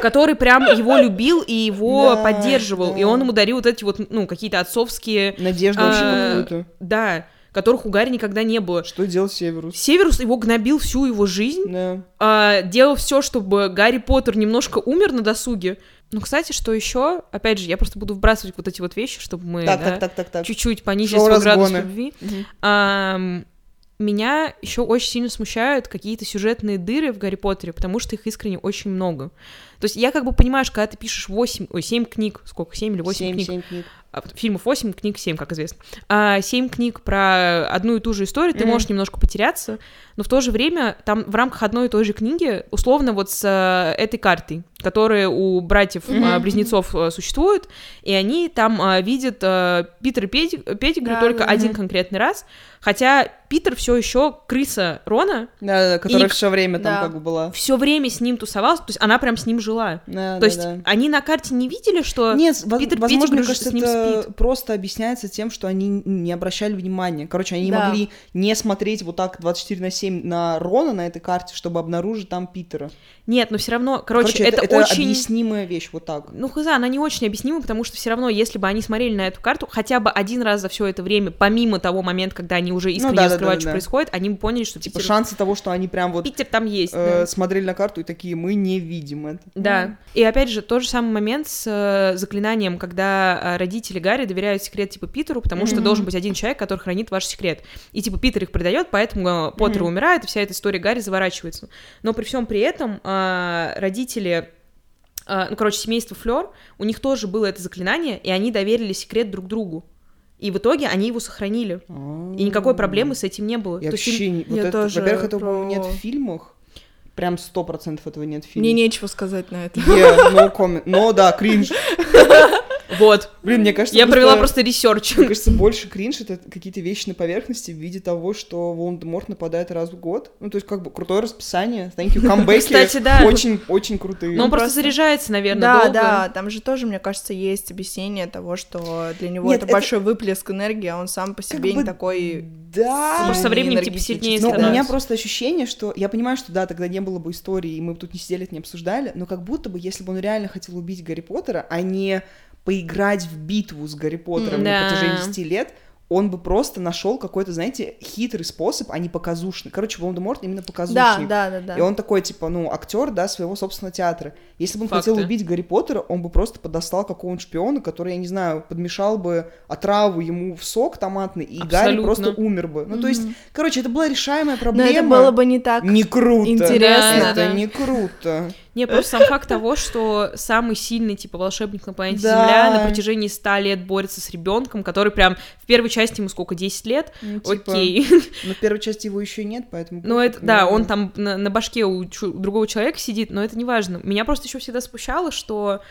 Speaker 3: <laughs>
Speaker 2: который прям его любил и его
Speaker 3: Да,
Speaker 2: поддерживал,
Speaker 3: да.
Speaker 2: и он ему дарил вот эти вот, ну, какие-то отцовские,
Speaker 3: Надежду
Speaker 2: А,
Speaker 3: вообще какую-то.
Speaker 2: да, которых у Гарри никогда не было.
Speaker 3: Что делал Северус?
Speaker 2: Северус его гнобил всю его жизнь,
Speaker 3: Да.
Speaker 2: а, делал все, чтобы Гарри Поттер немножко умер на досуге. Ну, кстати, что еще? Опять же, я просто буду вбрасывать вот эти вот вещи, чтобы мы
Speaker 3: Так,
Speaker 2: Э, да,
Speaker 3: так, так, так, так.
Speaker 2: чуть-чуть понизили
Speaker 3: Шоу
Speaker 2: свой градус
Speaker 3: разгона.
Speaker 2: любви.
Speaker 3: Мгм.
Speaker 2: Ам, меня еще очень сильно смущают какие-то сюжетные дыры в Гарри Поттере, потому что их искренне очень много. То есть я как бы понимаю, что когда ты пишешь 8, ой, 7 книг, сколько, 7 или 8
Speaker 3: Семь,
Speaker 2: книг,
Speaker 3: семь книг.
Speaker 2: а, вот фильмов 8, книг 7, как известно. А 7 книг про одну и ту же историю, ты
Speaker 3: Мгм.
Speaker 2: можешь немножко потеряться, но в то же время там в рамках одной и той же книги, условно вот с э, этой картой, которая у
Speaker 1: Мгм.
Speaker 2: братьев-близнецов э, существует, и они там а, видят э, Питера Педи- Петтигрю
Speaker 1: Да,
Speaker 2: только
Speaker 1: да, да.
Speaker 2: один конкретный раз, хотя Питер все еще крыса Рона,
Speaker 3: Да, да, которая
Speaker 2: к-
Speaker 3: все время там
Speaker 1: да.
Speaker 3: как бы была.
Speaker 2: все время с ним тусовался, то есть она прям с ним жила.
Speaker 3: Да,
Speaker 2: То
Speaker 3: да,
Speaker 2: есть
Speaker 3: да.
Speaker 2: они на карте не видели, что...
Speaker 3: Нет, во-
Speaker 2: Э, Питер
Speaker 3: возможно, мне
Speaker 2: Петтигрю
Speaker 3: кажется,
Speaker 2: с ним
Speaker 3: это
Speaker 2: спит.
Speaker 3: просто объясняется тем, что они н- не обращали внимания. Короче, они не
Speaker 1: Да.
Speaker 3: могли не смотреть вот так 24 на 7 на Рона на этой карте, чтобы обнаружить там Питера.
Speaker 2: Нет, но все равно, короче, это, очень...
Speaker 3: объяснимая вещь, вот так.
Speaker 2: Ну, хз, она не очень объяснима, потому что все равно, если бы они смотрели на эту карту хотя бы один раз за все это время, помимо того момента, когда они уже искренне
Speaker 3: да-да-да-да-да.
Speaker 2: раскрывают, что происходит, они бы поняли, что
Speaker 3: Типа
Speaker 2: Питер,
Speaker 3: шансы того, что они прям вот
Speaker 2: Питер там есть.
Speaker 3: э,
Speaker 2: да.
Speaker 3: смотрели на карту и такие, мы не видим это.
Speaker 2: Да. И опять же, тот же самый момент с э, заклинанием, когда э, родители Гарри доверяют секрет типа Питеру, потому что
Speaker 1: Мгм.
Speaker 2: должен быть один человек, который хранит ваш секрет. И типа Питер их предает, поэтому э, Поттер
Speaker 3: Мгм.
Speaker 2: умирает, и вся эта история Гарри заворачивается. Но при всем при этом э, родители. э, Ну, короче, семейство Флер, у них тоже было это заклинание, и они доверили секрет друг другу. И в итоге они его сохранили. И никакой проблемы с этим не было.
Speaker 3: А. Я
Speaker 2: То есть им-
Speaker 3: вообще не- вот
Speaker 1: Я
Speaker 3: это-
Speaker 1: тоже
Speaker 3: Во-первых, этого,
Speaker 1: про-
Speaker 3: по-моему, нет в фильмах. Прям сто процентов этого нет в фильмах.
Speaker 1: Мне нечего сказать на это.
Speaker 3: Yeah, no comment. Но да, кринж.
Speaker 2: Вот.
Speaker 3: Блин, мне кажется,
Speaker 2: Я провела просто ресерч.
Speaker 3: <laughs> Мне кажется, больше кринж это какие-то вещи на поверхности в виде того, что Волан-де-Морт нападает раз в год. Ну, то есть, как бы, крутое расписание. Thank you, камбэки.
Speaker 2: Кстати, да. Ну,
Speaker 3: Очень, очень крутые.
Speaker 2: Но он просто
Speaker 1: Просто-
Speaker 2: заряжается, наверное,
Speaker 1: да,
Speaker 2: долго.
Speaker 1: да, там же тоже, мне кажется, есть объяснение того, что для него
Speaker 3: Нет,
Speaker 1: это,
Speaker 3: это-
Speaker 1: большой выплеск энергии, а он сам по
Speaker 3: Как
Speaker 1: себе
Speaker 3: бы
Speaker 1: не такой.
Speaker 3: Да.
Speaker 2: Может, со временем, типа,
Speaker 1: энергетически.
Speaker 2: сильнее
Speaker 3: Но у
Speaker 2: становится.
Speaker 3: меня просто ощущение, что я понимаю, что да, тогда не было бы истории, и мы бы тут не сидели, это не обсуждали, но как будто бы, если бы он реально хотел убить Гарри Поттера, а не поиграть в битву с Гарри Поттером
Speaker 2: М, да.
Speaker 3: на протяжении 10 лет, он бы просто нашел какой-то, знаете, хитрый способ, а не показушный. Короче, Волан-де-Морт именно
Speaker 1: Да,
Speaker 3: показушник.
Speaker 1: да, да, да.
Speaker 3: И он такой, типа, ну, актер, да, своего собственного театра. Если бы он
Speaker 2: Факты.
Speaker 3: хотел убить Гарри Поттера, он бы просто подостал какого-нибудь шпиона, который, я не знаю, подмешал бы отраву ему в сок томатный, и Гарри
Speaker 2: Абсолютно.
Speaker 3: просто умер бы. Ну, то есть,
Speaker 1: Мгм.
Speaker 3: короче, это была решаемая
Speaker 1: Но
Speaker 3: проблема.
Speaker 1: это было бы не так.
Speaker 3: не круто.
Speaker 1: интересно.
Speaker 3: Это
Speaker 2: Да, да.
Speaker 3: не круто.
Speaker 2: Не, просто сам факт того, что самый сильный, типа, волшебник на планете
Speaker 3: Да.
Speaker 2: Земля на протяжении ста лет борется с ребенком, который прям в первой части ему сколько, 10 лет?
Speaker 3: Ну, типа, <laughs>
Speaker 2: Окей. <laughs>
Speaker 3: Но в первой части его еще нет, поэтому...
Speaker 2: Ну,
Speaker 3: пофиг,
Speaker 2: это, да,
Speaker 3: наверное.
Speaker 2: он там на, на башке у чу- другого человека сидит, но это не важно. Меня просто еще всегда спущало, что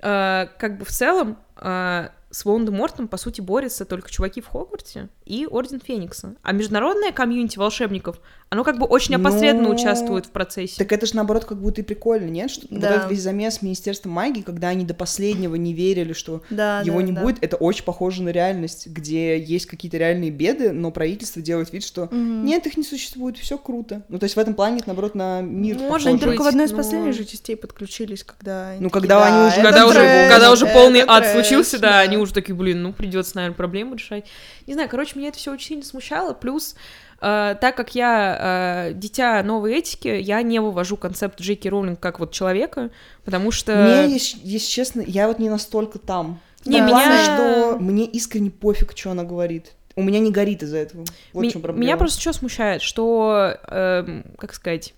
Speaker 2: э, как бы в целом э, с Волан-де-Мортом, по сути, борются только чуваки в Хогвартсе и Орден Феникса. А международное комьюнити волшебников, оно как бы очень
Speaker 3: Ну,
Speaker 2: опосредованно участвует в процессе.
Speaker 3: Так это же, наоборот, как будто и прикольно, нет? Что вот
Speaker 1: Да.
Speaker 3: этот весь замес Министерства магии, когда они до последнего не верили, что
Speaker 1: Да,
Speaker 3: его
Speaker 1: да,
Speaker 3: не
Speaker 1: да.
Speaker 3: будет, это очень похоже на реальность, где есть какие-то реальные беды, но правительство делает вид, что
Speaker 1: Мгм.
Speaker 3: нет, их не существует, все круто. Ну, то есть в этом плане, это, наоборот, на мир
Speaker 2: Может
Speaker 1: Они
Speaker 3: похоже.
Speaker 2: быть.
Speaker 1: только в одной из
Speaker 2: но-
Speaker 1: последних же частей подключились, когда. они
Speaker 3: Ну,
Speaker 1: такие,
Speaker 3: когда они
Speaker 1: «Да,
Speaker 3: уже-
Speaker 1: это
Speaker 2: когда уже,
Speaker 1: трэш,
Speaker 2: когда уже
Speaker 1: это
Speaker 2: полный ад
Speaker 1: трэш,
Speaker 2: случился, да, они уже такие, блин, ну придется, наверное, проблему решать. Не знаю, короче, меня это все очень сильно смущало. Плюс, э, так как я э, дитя новой этики, я не вывожу концепт Джеки Роулинг как вот человека, потому что
Speaker 3: Мне, ес- если честно, я вот не настолько там.
Speaker 2: э, Не,
Speaker 3: В плане,
Speaker 2: меня-
Speaker 3: что мне искренне пофиг, что она говорит. У меня не горит из-за этого. Вот
Speaker 2: ми-
Speaker 3: в чем проблема.
Speaker 2: меня просто что смущает, что, эм, как сказать,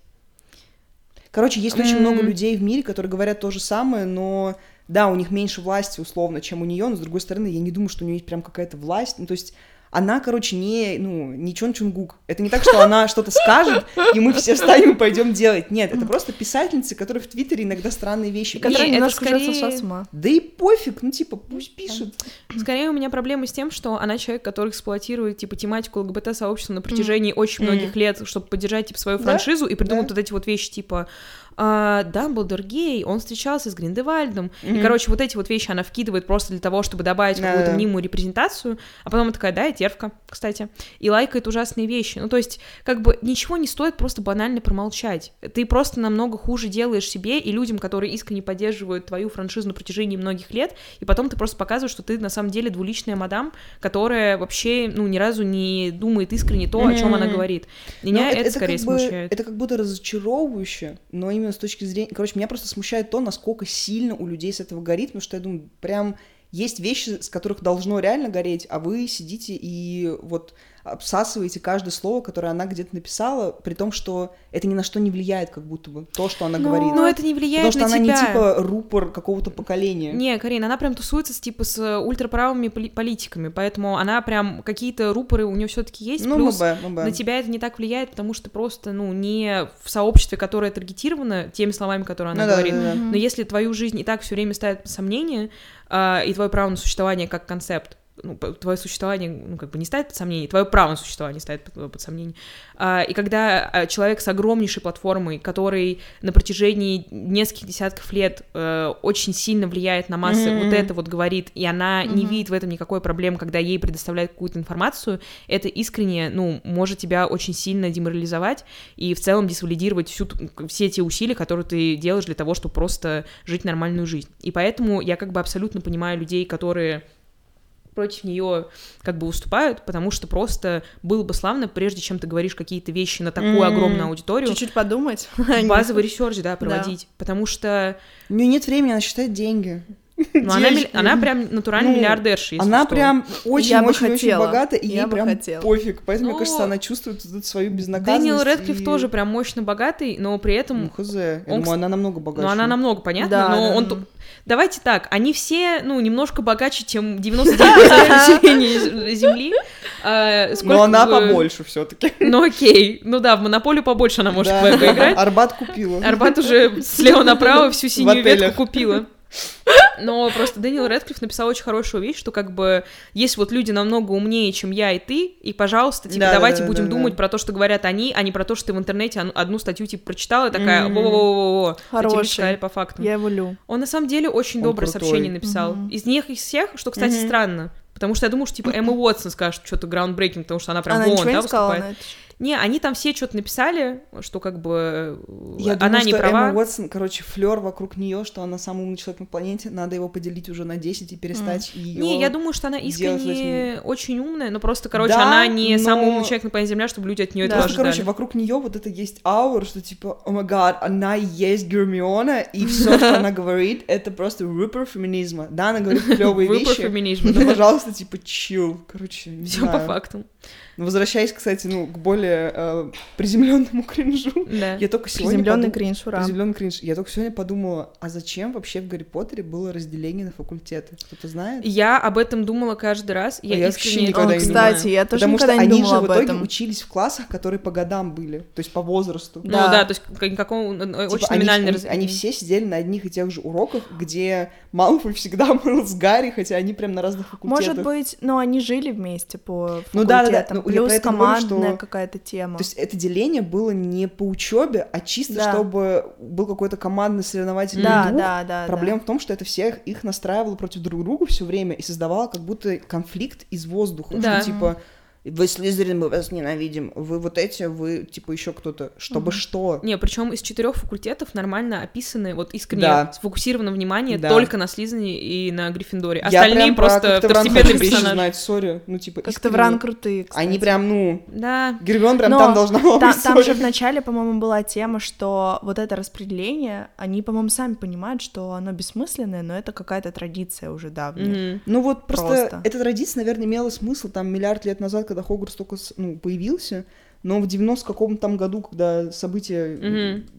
Speaker 3: Короче, есть очень много
Speaker 2: М.
Speaker 3: людей в мире, которые говорят то же самое, но да, у них меньше власти условно, чем у нее, но с другой стороны, я не думаю, что у нее есть прям какая-то власть. Ну, то есть она, короче, не, ну, не Чон Чунгук. Это не так, что она что-то скажет, и мы все встанем и пойдем делать. Нет, это просто писательницы, которые в Твиттере иногда странные вещи
Speaker 1: И которая
Speaker 2: Не,
Speaker 3: пишут.
Speaker 2: это
Speaker 1: немножко уже
Speaker 2: скорее-
Speaker 1: сошла с ума.
Speaker 3: Да и пофиг, ну, типа, пусть пишет.
Speaker 2: скорее у меня проблемы с тем, что она человек, который эксплуатирует, типа, тематику ЛГБТ-сообщества на протяжении очень
Speaker 3: Мгм.
Speaker 2: многих лет, чтобы поддержать, типа, свою
Speaker 3: Да,
Speaker 2: франшизу и придумал
Speaker 3: да.
Speaker 2: вот эти вот вещи, типа, «А, Дамблдор гей, он встречался с Гриндевальдом, и,
Speaker 3: Мгм.
Speaker 2: короче, вот эти вот вещи она вкидывает просто для того, чтобы добавить
Speaker 3: Да,
Speaker 2: какую-то
Speaker 3: да.
Speaker 2: мнимую репрезентацию, а потом она такая, да, я тервка, кстати, и лайкает ужасные вещи. Ну, то есть, как бы ничего не стоит просто банально промолчать. Ты просто намного хуже делаешь себе и людям, которые искренне поддерживают твою франшизу на протяжении многих лет, и потом ты просто показываешь, что ты на самом деле двуличная мадам, которая вообще, ну, ни разу не думает искренне то, о чем она
Speaker 3: Мгм.
Speaker 2: говорит.
Speaker 3: Ну,
Speaker 2: Меня это,
Speaker 3: как
Speaker 2: скорее
Speaker 3: бы-
Speaker 2: смущает.
Speaker 3: это как будто разочаровывающе, но именно с точки зрения... Короче, меня просто смущает то, насколько сильно у людей с этого горит, потому что я думаю, прям есть вещи, с которых должно реально гореть, а вы сидите и вот обсасываете каждое слово, которое она где-то написала, при том, что это ни на что не влияет, как будто бы, то, что она говорит.
Speaker 2: Но Ну, это не влияет
Speaker 3: Потому что
Speaker 2: на
Speaker 3: она
Speaker 2: тебя.
Speaker 3: не типа рупор какого-то поколения.
Speaker 2: Не, Карина, она прям тусуется с, типа с э, ультраправыми поли- политиками, поэтому она прям какие-то рупоры у нее все-таки есть.
Speaker 3: ну,
Speaker 2: плюс
Speaker 3: мб, мб.
Speaker 2: на тебя это не так влияет, потому что ты просто, ну, не в сообществе, которое таргетировано теми словами, которые она
Speaker 3: Ну да,
Speaker 2: говорит.
Speaker 3: да, да.
Speaker 1: Мгм.
Speaker 2: Но если твою жизнь и так все время ставят под сомнение, а, и твое право на существование как концепт, ну, п- твое существование, ну, как бы не ставит под сомнение, твое право на существование ставит под, под сомнение. А, и когда а, человек с огромнейшей платформой, который на протяжении нескольких десятков лет э, очень сильно влияет на массы,
Speaker 3: Мгм.
Speaker 2: вот это вот говорит, и она не
Speaker 1: Мгм.
Speaker 2: видит в этом никакой проблемы, когда ей предоставляют какую-то информацию, это искренне, ну, может тебя очень сильно деморализовать и в целом дисвалидировать всю, ту- все те усилия, которые ты делаешь для того, чтобы просто жить нормальную жизнь. И поэтому я как бы абсолютно понимаю людей, которые против нее как бы уступают, потому что просто было бы славно, прежде чем ты говоришь какие-то вещи на такую
Speaker 3: М,
Speaker 2: огромную аудиторию,
Speaker 1: Чуть-чуть подумать.
Speaker 2: базовый ресерч, да, проводить, потому что
Speaker 3: <laughs> У нее нет времени, она считает деньги.
Speaker 2: ну, она, милли-
Speaker 3: Девочки.
Speaker 2: она прям натурально
Speaker 3: Ну,
Speaker 2: миллиардерша, если
Speaker 3: она
Speaker 2: что.
Speaker 3: прям
Speaker 1: Я бы
Speaker 3: очень-очень-очень
Speaker 1: хотела.
Speaker 3: богата, и
Speaker 1: Я
Speaker 3: ей
Speaker 1: бы
Speaker 3: прям
Speaker 1: хотела.
Speaker 3: пофиг. Поэтому,
Speaker 2: Ну,
Speaker 3: мне кажется, она чувствует тут свою безнаказанность.
Speaker 2: Дэниел Рэдклифф
Speaker 3: и-
Speaker 2: тоже прям мощно богатый, но при этом
Speaker 3: Ну, хз. Я
Speaker 2: Он,
Speaker 3: думаю, она намного богаче.
Speaker 2: Но она намного понятна,
Speaker 1: Да,
Speaker 2: но
Speaker 1: да,
Speaker 2: он...
Speaker 1: да.
Speaker 2: ту- Давайте так, они все, ну, немножко богаче, чем 99% населения Земли. А,
Speaker 3: Но
Speaker 2: сколько
Speaker 3: она
Speaker 2: бы-
Speaker 3: побольше все таки
Speaker 2: Ну окей, ну да, в монополию побольше она <laughs> может по- поиграть.
Speaker 3: <laughs> Арбат купила.
Speaker 2: Арбат уже слева направо всю синюю
Speaker 3: отелях.
Speaker 2: ветку купила. Но просто Дэниел Рэдклифф написал очень хорошую вещь, что как бы есть вот люди намного умнее, чем я и ты, и, пожалуйста, типа,
Speaker 3: Да, да,
Speaker 2: давайте
Speaker 3: да,
Speaker 2: будем
Speaker 3: да,
Speaker 2: думать
Speaker 3: да.
Speaker 2: про то, что говорят они, а не про то, что ты в интернете он- одну статью, типа, прочитала, и такая,
Speaker 3: Мгм.
Speaker 2: во-во-во-во, а тебе
Speaker 1: Хороший.
Speaker 2: читали по факту.
Speaker 1: Я его лю.
Speaker 2: Он на самом деле очень
Speaker 3: Он
Speaker 2: доброе
Speaker 3: крутой.
Speaker 2: сообщение написал.
Speaker 1: Мгм.
Speaker 2: Из них из всех, что, кстати,
Speaker 3: Мгм.
Speaker 2: странно. Потому что я думаю, что типа
Speaker 1: <laughs>
Speaker 2: Эмма Уотсон скажет что-то граундбрейкинг, потому что она прям
Speaker 1: А Она
Speaker 2: вон,
Speaker 1: ничего
Speaker 2: да,
Speaker 1: не сказала
Speaker 2: выступает.
Speaker 1: на это?
Speaker 2: Не, они там все что-то написали, что как бы э,
Speaker 3: Я
Speaker 2: она
Speaker 3: думаю,
Speaker 2: не
Speaker 3: что
Speaker 2: права.
Speaker 3: Эмма Уотсон, короче, флер вокруг нее, что она самый умный человек на планете, надо его поделить уже на 10 и перестать ее...
Speaker 2: Не, я думаю, что она
Speaker 3: делать
Speaker 2: искренне очень умная, но просто, короче,
Speaker 3: Да,
Speaker 2: она не
Speaker 3: но-
Speaker 2: самый умный человек на планете Земля, чтобы люди от нее
Speaker 1: Да.
Speaker 2: этого
Speaker 3: Просто,
Speaker 2: ожидали.
Speaker 3: короче, вокруг нее вот это есть аур, что типа, о май гад, она и есть Гермиона, и все,
Speaker 2: <laughs>
Speaker 3: что она говорит, это просто рупор феминизма. Да, она говорит клевые
Speaker 2: Выбор
Speaker 3: вещи,
Speaker 2: феминизма.
Speaker 3: <laughs>
Speaker 1: <laughs>
Speaker 3: но, пожалуйста, типа, чил. Короче, не
Speaker 2: Все по
Speaker 3: знаю.
Speaker 2: факту.
Speaker 3: Ну, Возвращаясь, кстати, ну, к более приземленному <laughs> кринжу.
Speaker 2: Да.
Speaker 3: Я только сегодня
Speaker 1: Приземленный
Speaker 3: подум-
Speaker 1: кринж, ура.
Speaker 3: Приземлённый кринж. Я только сегодня подумала, а зачем вообще в Гарри Поттере было разделение на факультеты? Кто-то знает?
Speaker 2: Я об этом думала каждый раз. Я,
Speaker 3: А я вообще
Speaker 2: искренне
Speaker 1: О,
Speaker 3: никогда не
Speaker 2: думаю.
Speaker 1: Кстати, я тоже
Speaker 3: Потому что
Speaker 1: никогда не
Speaker 3: они же
Speaker 1: думала
Speaker 3: в
Speaker 1: об
Speaker 3: итоге
Speaker 1: этом.
Speaker 3: учились в классах, которые по годам были, то есть по возрасту.
Speaker 2: Ну
Speaker 1: Да.
Speaker 2: да, то есть к- никакого э,
Speaker 3: Типа,
Speaker 2: очень
Speaker 3: они,
Speaker 2: номинальный
Speaker 3: они-
Speaker 2: раз-
Speaker 3: они все сидели на одних и тех же уроках, где Малфой всегда <laughs> был с Гарри, хотя они прям на разных факультетах.
Speaker 1: Может быть, но они жили вместе по
Speaker 3: Ну да, да, да.
Speaker 1: факультетам,
Speaker 3: Ну, я про
Speaker 1: плюс
Speaker 3: это говорю,
Speaker 1: командная
Speaker 3: что-
Speaker 1: какая-то тема.
Speaker 3: То есть это деление было не по учебе, а чисто
Speaker 1: Да.
Speaker 3: чтобы был какой-то командный соревновательный
Speaker 1: да,
Speaker 3: дух.
Speaker 1: да, да,
Speaker 3: Проблема в том, что это всех их настраивало против друг друга все время и создавало как будто конфликт из воздуха. что,
Speaker 2: Да.
Speaker 3: типа, вы Слизерин, мы вас ненавидим, вы вот эти, вы типа еще кто-то. Чтобы
Speaker 1: Мгм.
Speaker 3: что?
Speaker 2: Не, причем из четырех факультетов нормально описаны, вот искренне
Speaker 3: Да.
Speaker 2: сфокусировано внимание
Speaker 3: Да.
Speaker 2: только на Слизане и на Гриффиндоре.
Speaker 3: Я
Speaker 2: Остальные
Speaker 3: прям про
Speaker 2: просто
Speaker 3: как-то в ран
Speaker 2: второстепенные
Speaker 3: хочу вещи
Speaker 2: персонажи.
Speaker 3: знать, сори. Ну, типа,
Speaker 1: да. Как-то
Speaker 3: искренне.
Speaker 1: вран крутые, кстати.
Speaker 3: Они прям, ну,
Speaker 2: Да.
Speaker 3: Гермион прям
Speaker 1: Но
Speaker 3: там должна была
Speaker 1: Та-
Speaker 3: быть,
Speaker 1: там
Speaker 3: сори.
Speaker 1: же вначале, по-моему, была тема, что вот это распределение, они, по-моему, сами понимают, что оно бессмысленное, но это какая-то традиция уже давняя.
Speaker 2: Мгм.
Speaker 3: Ну вот просто,
Speaker 1: Просто.
Speaker 3: эта традиция, наверное, имела смысл там миллиард лет назад, когда Хогвартс только с- ну, появился, но в 90 каком-то там году, когда события
Speaker 2: Мгм.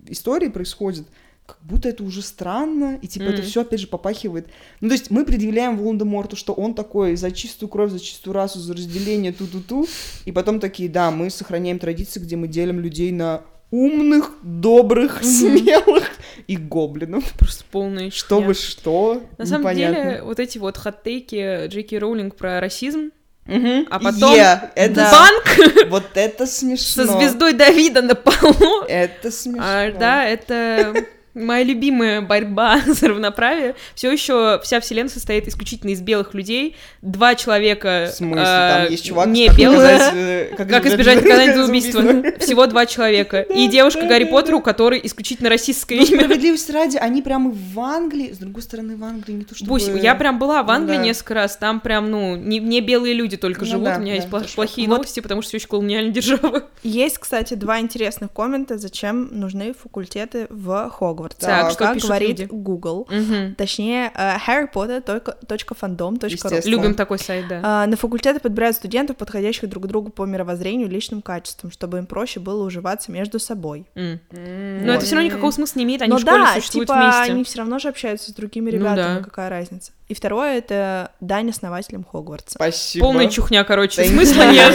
Speaker 3: э, истории происходят, как будто это уже странно, и типа
Speaker 2: Мгм.
Speaker 3: это все опять же попахивает. Ну то есть мы предъявляем Волан-де-Морту, что он такой за чистую кровь, за чистую расу, за разделение, ту-ту-ту, и потом такие, да, мы сохраняем традиции, где мы делим людей на умных, добрых, смелых и гоблинов.
Speaker 2: Просто полный
Speaker 3: Чтобы
Speaker 2: шняк.
Speaker 3: что,
Speaker 2: На самом
Speaker 3: непонятно.
Speaker 2: деле, вот эти вот хот-тейки Джеки Роулинг про расизм.
Speaker 3: Мгм.
Speaker 2: А потом-
Speaker 3: Е, это
Speaker 2: Банк <laughs>
Speaker 3: вот это смешно.
Speaker 2: со звездой Давида на полу.
Speaker 3: Это смешно.
Speaker 2: А, да, это моя любимая борьба <laughs> за равноправие. Все еще вся вселенная состоит исключительно из белых людей. Два человека
Speaker 3: В смысле,
Speaker 2: а,
Speaker 3: там есть чувак,
Speaker 2: не
Speaker 3: как
Speaker 2: белых.
Speaker 3: доказать,
Speaker 2: <laughs>
Speaker 3: э,
Speaker 2: Как избежать наказания за убийство?
Speaker 3: <laughs>
Speaker 2: Всего два человека. И девушка Гарри Поттер, у которой исключительно российское
Speaker 1: Ну, <laughs>
Speaker 2: имя.
Speaker 3: Справедливости ради, они прямо в Англии, с другой стороны, в Англии не то, что...
Speaker 2: Бусь, я прям была в
Speaker 3: Ну
Speaker 2: Англии
Speaker 3: да.
Speaker 2: несколько раз, там прям, ну, не, не белые люди только
Speaker 3: Ну
Speaker 2: живут,
Speaker 3: да,
Speaker 2: у меня
Speaker 3: да,
Speaker 2: есть пла-
Speaker 3: хорошо.
Speaker 2: плохие
Speaker 1: Вот.
Speaker 2: новости, потому что все
Speaker 1: <laughs>
Speaker 2: еще колониальная держава.
Speaker 1: Есть, кстати, два интересных коммента, зачем нужны факультеты в Хогвартса.
Speaker 3: Так,
Speaker 1: как
Speaker 2: что пишут
Speaker 1: говорит
Speaker 2: люди?
Speaker 1: Google.
Speaker 2: Мгм.
Speaker 1: Точнее, э, harrypotter.fandom.ru.
Speaker 3: Естественно.
Speaker 2: Любим такой сайт, да.
Speaker 1: А, На факультеты подбирают студентов, подходящих друг к другу по мировоззрению и личным качествам, чтобы им проще было уживаться между собой.
Speaker 2: М. Но
Speaker 3: Но
Speaker 2: это все равно никакого смысла не имеет, они
Speaker 1: Но
Speaker 2: в школе
Speaker 1: да,
Speaker 2: существуют
Speaker 1: типа,
Speaker 2: вместе.
Speaker 1: они все равно же общаются с другими
Speaker 2: Ну
Speaker 1: ребятами,
Speaker 2: да.
Speaker 1: какая разница. И второе это дань основателям Хогвартса.
Speaker 3: Спасибо.
Speaker 2: Полная чухня, короче.
Speaker 3: Thanks.
Speaker 2: Смысла нет.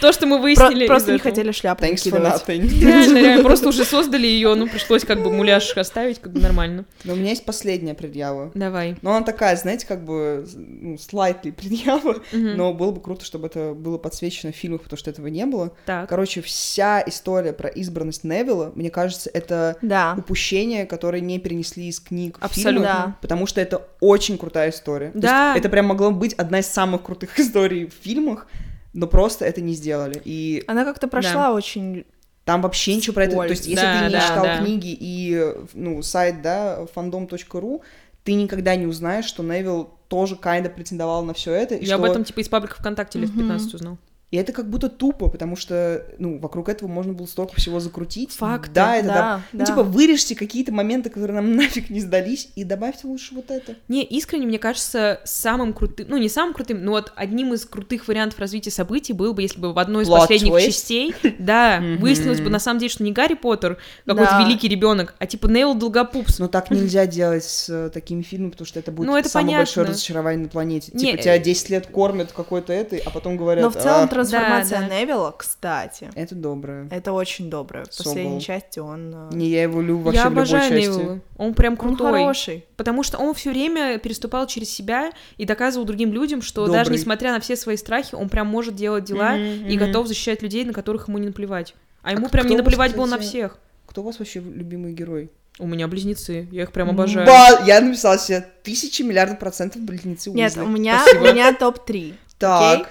Speaker 2: То, что
Speaker 1: <laughs>
Speaker 2: мы
Speaker 1: Про-
Speaker 2: выяснили. из
Speaker 1: просто не
Speaker 2: этого.
Speaker 1: хотели шляпу
Speaker 3: Thanks for
Speaker 1: выкидывать.
Speaker 2: <laughs>
Speaker 3: nothing.
Speaker 1: <laughs>
Speaker 2: Реально, реально, просто уже создали ее, ну пришлось как бы муляж оставить, как бы нормально.
Speaker 3: Но у меня есть последняя предъява.
Speaker 2: Давай.
Speaker 3: Но она такая, знаете, как бы ну, slightly предъява,
Speaker 2: Мгм.
Speaker 1: Ну,
Speaker 3: но было бы круто, чтобы это было подсвечено в фильмах, потому что этого не было.
Speaker 2: Так.
Speaker 3: Короче, вся история про избранность Невилла, мне кажется, это
Speaker 1: Да.
Speaker 3: упущение, которое не перенесли из книг в
Speaker 2: Абсолютно.
Speaker 3: фильмы,
Speaker 1: Да.
Speaker 3: потому что это очень крутая история. То есть
Speaker 2: Да.
Speaker 3: это прям могло быть одна из самых крутых <laughs> историй в фильмах, но просто это не сделали. И
Speaker 1: Она как-то прошла очень...
Speaker 3: там вообще ничего про это... То есть
Speaker 1: Вскользь.
Speaker 3: если
Speaker 2: Да,
Speaker 3: ты не
Speaker 2: да,
Speaker 3: читал
Speaker 2: да.
Speaker 3: книги и ну, сайт, да, fandom.ru, ты никогда не узнаешь, что Невил тоже kinda претендовал на все это. И,
Speaker 2: Я об
Speaker 3: что-
Speaker 2: этом типа из паблика ВКонтакте лет в
Speaker 1: Мгм.
Speaker 2: 15 узнал.
Speaker 3: и это как будто тупо, потому что ну, вокруг этого можно было столько всего закрутить.
Speaker 2: Факты,
Speaker 3: Да, это да.
Speaker 1: да,
Speaker 3: Ну,
Speaker 1: да.
Speaker 3: типа, вырежьте какие-то моменты, которые нам <laughs> нафиг не сдались, и добавьте лучше вот это.
Speaker 2: Не, искренне, мне кажется, самым крутым, ну не самым крутым, но вот одним из крутых вариантов развития событий был бы, если бы в одной из
Speaker 3: Plot
Speaker 2: последних
Speaker 3: twist.
Speaker 2: частей, да,
Speaker 3: <laughs> Мгм.
Speaker 2: выяснилось бы на самом деле, что не Гарри Поттер какой-то
Speaker 1: Да.
Speaker 2: великий ребенок, а типа Нейл Долгопупс.
Speaker 3: Но ну, так нельзя делать с э, такими фильмами, потому что это будет
Speaker 2: Ну, это
Speaker 3: самое
Speaker 2: понятно.
Speaker 3: большое разочарование на планете.
Speaker 2: Не,
Speaker 3: Типа
Speaker 2: э,
Speaker 3: тебя 10 лет кормят какой-то этой, а потом говорят,
Speaker 1: Но в целом трансформация
Speaker 3: «А,
Speaker 2: Да, да.
Speaker 1: Невилла, кстати,
Speaker 3: это доброе.
Speaker 1: это очень доброе. В
Speaker 3: Собол.
Speaker 1: последней части он... э,
Speaker 3: Не, я его люблю вообще
Speaker 2: Я
Speaker 3: в любой
Speaker 2: обожаю
Speaker 3: части.
Speaker 2: Нейла. Он прям
Speaker 1: Он
Speaker 2: крутой.
Speaker 1: хороший.
Speaker 2: Потому что он все время переступал через себя и доказывал другим людям, что
Speaker 3: Добрый.
Speaker 2: даже несмотря на все свои страхи, он прям может делать дела
Speaker 3: Мгм,
Speaker 2: и
Speaker 3: мгм.
Speaker 2: готов защищать людей, на которых ему не наплевать. А ему
Speaker 3: А
Speaker 2: прям не
Speaker 3: кто,
Speaker 2: наплевать было на
Speaker 3: кстати,
Speaker 2: всех.
Speaker 3: Кто у вас вообще любимый герой?
Speaker 2: У меня близнецы, я их прям
Speaker 1: Э.
Speaker 2: обожаю.
Speaker 3: Ба, я написала себе тысячи миллиардов процентов близнецы
Speaker 1: Нет,
Speaker 3: Уизли.
Speaker 1: у меня, у
Speaker 2: Спасибо.
Speaker 1: меня топ-3.
Speaker 3: Так,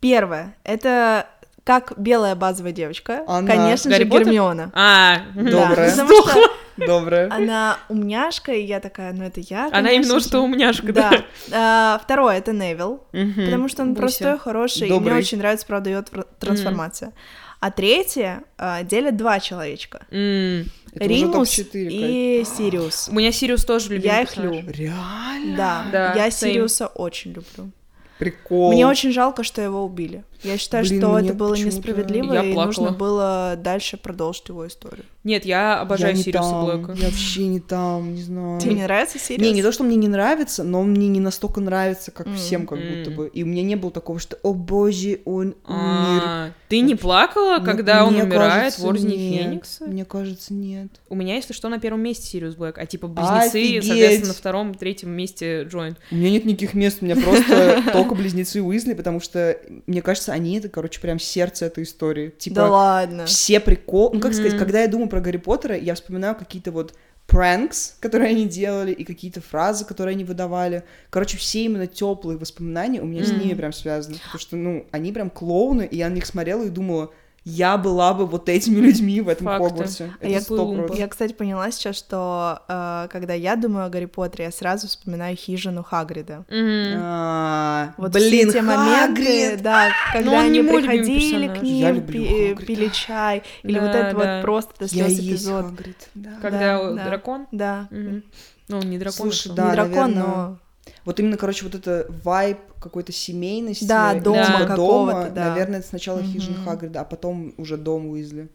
Speaker 1: Первое. Это как белая базовая девочка.
Speaker 3: Она.
Speaker 1: Конечно
Speaker 2: Гарри
Speaker 1: же,
Speaker 2: Поттер?
Speaker 1: Гермиона.
Speaker 2: А, <laughs> мгм.
Speaker 1: Да,
Speaker 3: Добрая.
Speaker 1: потому что
Speaker 3: доброе.
Speaker 1: она умняшка, и я такая, ну это я,
Speaker 2: она
Speaker 1: конечно
Speaker 2: именно
Speaker 1: же.
Speaker 2: что умняшка, да. Хм, ну
Speaker 1: Да. А, Второе, это Невил,
Speaker 3: Мгм.
Speaker 1: потому что он
Speaker 2: Буся.
Speaker 1: простой, хороший, и мне
Speaker 3: Добрый.
Speaker 1: очень нравится, правда, ее тр- трансформация. А третье а, делят два человечка.
Speaker 2: М.
Speaker 3: Это уже
Speaker 1: Римус
Speaker 3: топ-четыре, Кать.
Speaker 1: и Сириус.
Speaker 2: У меня Сириус тоже любимый
Speaker 1: Я их
Speaker 2: персонаж.
Speaker 1: люблю.
Speaker 3: Реально?
Speaker 1: Да,
Speaker 2: Да,
Speaker 1: я
Speaker 2: same.
Speaker 1: Сириуса очень люблю.
Speaker 3: Прикол.
Speaker 1: Мне очень жалко, что его убили. Я считаю,
Speaker 3: Блин,
Speaker 1: что
Speaker 3: мне
Speaker 1: это было
Speaker 3: почему-то-
Speaker 1: несправедливо,
Speaker 2: Я
Speaker 1: и
Speaker 2: плакала.
Speaker 1: нужно было дальше продолжить его историю.
Speaker 2: Нет, я обожаю
Speaker 3: Я не
Speaker 2: Сириуса
Speaker 3: там,
Speaker 2: Блэка.
Speaker 3: Я вообще не там, не знаю.
Speaker 1: Тебе не нравится Сириус?
Speaker 3: Не, не то, что мне не нравится, но он мне не настолько нравится, как
Speaker 1: М.
Speaker 3: всем, как
Speaker 2: М.
Speaker 3: будто бы. И у меня не было такого, что «О боже, он умер».
Speaker 2: А, ты не плакала,
Speaker 3: М-
Speaker 2: когда он
Speaker 3: мне
Speaker 2: умирает
Speaker 3: кажется,
Speaker 2: в Ордене
Speaker 3: нет.
Speaker 2: Феникса?
Speaker 3: Мне кажется, нет.
Speaker 2: У меня, если что, на первом месте Сириус Блэк, а типа близнецы,
Speaker 3: Офигеть!
Speaker 2: соответственно, на втором, третьем месте Джойн.
Speaker 3: У меня нет никаких мест, у меня
Speaker 2: <laughs>
Speaker 3: просто только близнецы Уизли, потому что, мне кажется, они это, короче, прям сердце этой истории. Типа,
Speaker 1: Да ладно.
Speaker 3: все приколы. Ну, как сказать,
Speaker 2: Мгм.
Speaker 3: когда я думаю про Гарри Поттера, я вспоминаю какие-то вот пранкс, которые они делали, и какие-то фразы, которые они выдавали. Короче, все именно теплые воспоминания у меня с
Speaker 2: Мгм.
Speaker 3: ними прям связаны. Потому что, ну, они прям клоуны, и я на них смотрела и думала, я была бы вот этими людьми в этом
Speaker 2: Факты.
Speaker 3: Хогвартсе.
Speaker 1: А
Speaker 3: Это
Speaker 2: я
Speaker 3: сто
Speaker 2: Плумба.
Speaker 3: процентов.
Speaker 1: Я, кстати, поняла сейчас, что э, когда я думаю о Гарри Поттере, я сразу вспоминаю хижину Хагрида.
Speaker 2: М.
Speaker 3: А,
Speaker 1: Вот
Speaker 3: Блин,
Speaker 1: все те моменты,
Speaker 3: Хагрид!
Speaker 1: да,
Speaker 2: Ну, он
Speaker 1: когда они
Speaker 2: не мой любимый
Speaker 1: приходили
Speaker 2: персонаж.
Speaker 1: к
Speaker 3: Я
Speaker 1: ним,
Speaker 3: люблю
Speaker 1: пи-
Speaker 3: Хагрида.
Speaker 1: пили чай, или вот
Speaker 2: Да,
Speaker 1: это
Speaker 2: да.
Speaker 1: вот просто до
Speaker 3: Я
Speaker 1: слез
Speaker 3: и есть
Speaker 1: эпизод.
Speaker 3: Хагрид, да.
Speaker 2: Когда
Speaker 1: Да,
Speaker 2: э,
Speaker 1: да.
Speaker 2: дракон?
Speaker 1: Да.
Speaker 2: Мгм. Ну, он не дракон.
Speaker 3: Слушай,
Speaker 2: а что?
Speaker 3: Да,
Speaker 1: Не дракон,
Speaker 3: наверное.
Speaker 1: но
Speaker 3: Вот именно, короче, вот это вайб какой-то семейности.
Speaker 1: Да,
Speaker 3: и
Speaker 1: дома
Speaker 3: типа
Speaker 1: какого-то, да.
Speaker 3: Наверное, это сначала
Speaker 1: Мгм.
Speaker 3: хижина Хагрида, а потом уже дом Уизли.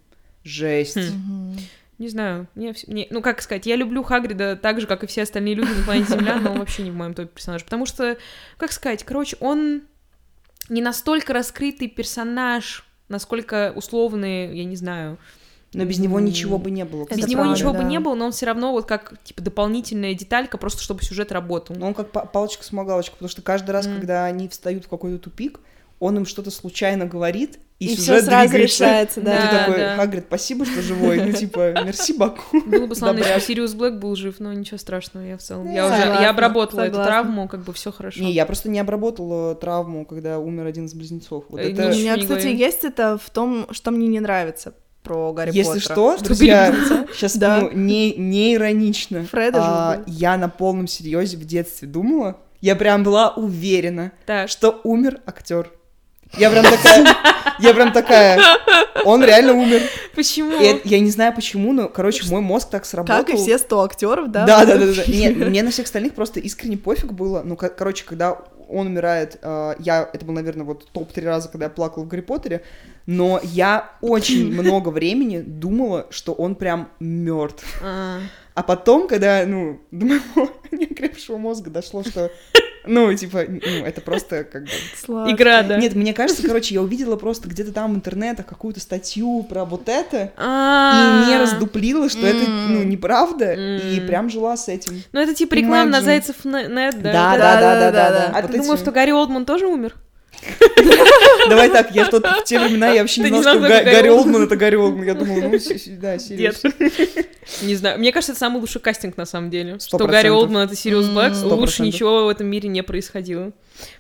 Speaker 3: Жесть.
Speaker 2: Хм.
Speaker 1: Мгм.
Speaker 2: Не знаю. мне вс- не- Ну, как сказать, я люблю Хагрида так же, как и все остальные люди на планете Земля, но он вообще не в моем топе персонаж. Потому что, как сказать, короче, он не настолько раскрытый персонаж, насколько условный, я не знаю.
Speaker 3: Но без него
Speaker 2: М.
Speaker 3: ничего бы не было.
Speaker 1: Без
Speaker 2: Без
Speaker 1: Это
Speaker 2: него
Speaker 1: правда,
Speaker 2: ничего бы
Speaker 1: да.
Speaker 2: не было, но он все равно вот как типа дополнительная деталька, просто чтобы сюжет работал.
Speaker 3: Но он как па- палочка-смогалочка, потому что каждый раз,
Speaker 2: М.
Speaker 3: когда они встают в какой-то тупик, он им что-то случайно говорит, и,
Speaker 1: И все
Speaker 3: сюжет
Speaker 1: сразу
Speaker 3: двигается.
Speaker 1: решается, да.
Speaker 3: И ты
Speaker 2: Да,
Speaker 3: такой,
Speaker 2: да.
Speaker 3: Хагрид, спасибо,
Speaker 1: <laughs>
Speaker 3: что живой. Ну, типа, мерси, Баку.
Speaker 2: Было бы славно, если
Speaker 3: Добряк.
Speaker 2: бы Сириус Блэк был жив, но ничего страшного, я в целом. Я
Speaker 3: Да.
Speaker 2: уже я
Speaker 1: Согласна,
Speaker 2: обработала эту
Speaker 1: согласна.
Speaker 2: травму, как бы все хорошо.
Speaker 3: Не, я просто не обработала травму, когда умер один из близнецов. Вот
Speaker 1: У
Speaker 2: Э, ну,
Speaker 3: это...
Speaker 1: меня,
Speaker 2: Ничего не
Speaker 1: кстати,
Speaker 2: говори.
Speaker 1: есть это в том, что мне не нравится про Гарри
Speaker 3: Если
Speaker 1: Поттера.
Speaker 3: что,
Speaker 2: Что
Speaker 3: друзья, <laughs>
Speaker 1: <laughs>
Speaker 2: были
Speaker 3: сейчас
Speaker 1: Да.
Speaker 3: ну, не, не иронично.
Speaker 1: Фреда
Speaker 3: А,
Speaker 1: же убили.
Speaker 3: я на полном серьезе в детстве думала, я прям была уверена,
Speaker 2: Так,
Speaker 3: что умер актер. Я прям такая,
Speaker 1: <laughs>
Speaker 3: я прям такая, он реально умер.
Speaker 2: Почему?
Speaker 3: И это- я не знаю почему, но, короче, мой мозг так сработал.
Speaker 1: Ну. Как и все 100 актеров, да?
Speaker 3: Да, да, да, да, да.
Speaker 1: <laughs>
Speaker 3: Нет, мне на всех остальных просто искренне пофиг было. Ну, ко- короче, когда он умирает, э, я, это был, наверное, вот топ-3 раза, когда я плакала в Гарри Поттере, но я очень много времени думала, что он прям мертв.
Speaker 2: А,
Speaker 3: А потом, когда, ну, до моего <laughs> неокрепшего мозга дошло, что, ну, типа, ну, это просто как бы...
Speaker 1: Сладко.
Speaker 2: Игра, да.
Speaker 3: Нет, мне кажется, короче, я увидела просто где-то там в интернетах какую-то статью про вот это,
Speaker 2: А.
Speaker 3: и не раздуплила, что это, ну,
Speaker 1: М.
Speaker 3: неправда, и
Speaker 2: М.
Speaker 3: прям жила с этим.
Speaker 2: Ну, это типа реклама на
Speaker 3: Imagine.
Speaker 2: Зайцев на- Нет, да?
Speaker 3: Да,
Speaker 2: вот
Speaker 3: да,
Speaker 2: это-
Speaker 3: да, да, да,
Speaker 1: да.
Speaker 3: да.
Speaker 2: А
Speaker 3: Вот
Speaker 2: ты
Speaker 3: эти-
Speaker 2: думаешь, что Гарри Олдман тоже умер?
Speaker 3: Давай так, я что-то в те времена, я вообще
Speaker 2: Ты
Speaker 3: не
Speaker 2: не
Speaker 3: знала, что
Speaker 2: знала, кто
Speaker 3: Га-
Speaker 2: такой
Speaker 3: Гарри
Speaker 2: Олдман?
Speaker 3: Олдман это Гарри Олдман. Я думала, ну, с- с-
Speaker 1: <laughs>
Speaker 3: да,
Speaker 2: Нет.
Speaker 3: серьезно.
Speaker 2: Не знаю. Мне кажется, это самый лучший кастинг, на самом деле.
Speaker 3: Сто
Speaker 2: Что Гарри
Speaker 3: процентов.
Speaker 2: Олдман — это Сириус
Speaker 1: М,
Speaker 2: Блэк.
Speaker 1: сто
Speaker 2: Лучше
Speaker 3: процентов.
Speaker 2: ничего в этом мире не происходило.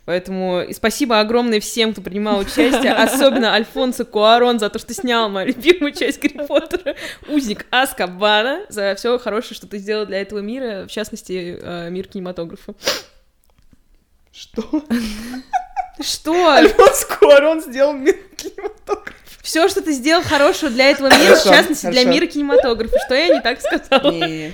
Speaker 2: Поэтому и спасибо огромное всем, кто принимал участие. Особенно Альфонсо Куарон за то, что снял мою любимую часть Гарри Поттера. Узник Аскабана за все хорошее, что ты сделал для этого мира. В частности, э, мир кинематографа.
Speaker 3: Что?
Speaker 2: Что?
Speaker 3: Альфонс Куарон сделал мир кинематографа.
Speaker 2: Все, что ты сделал хорошего для этого мира, в
Speaker 3: Хорошо,
Speaker 2: частности, для
Speaker 3: хорошо.
Speaker 2: мира кинематографа. Что я не так сказала?
Speaker 3: <laughs> Не,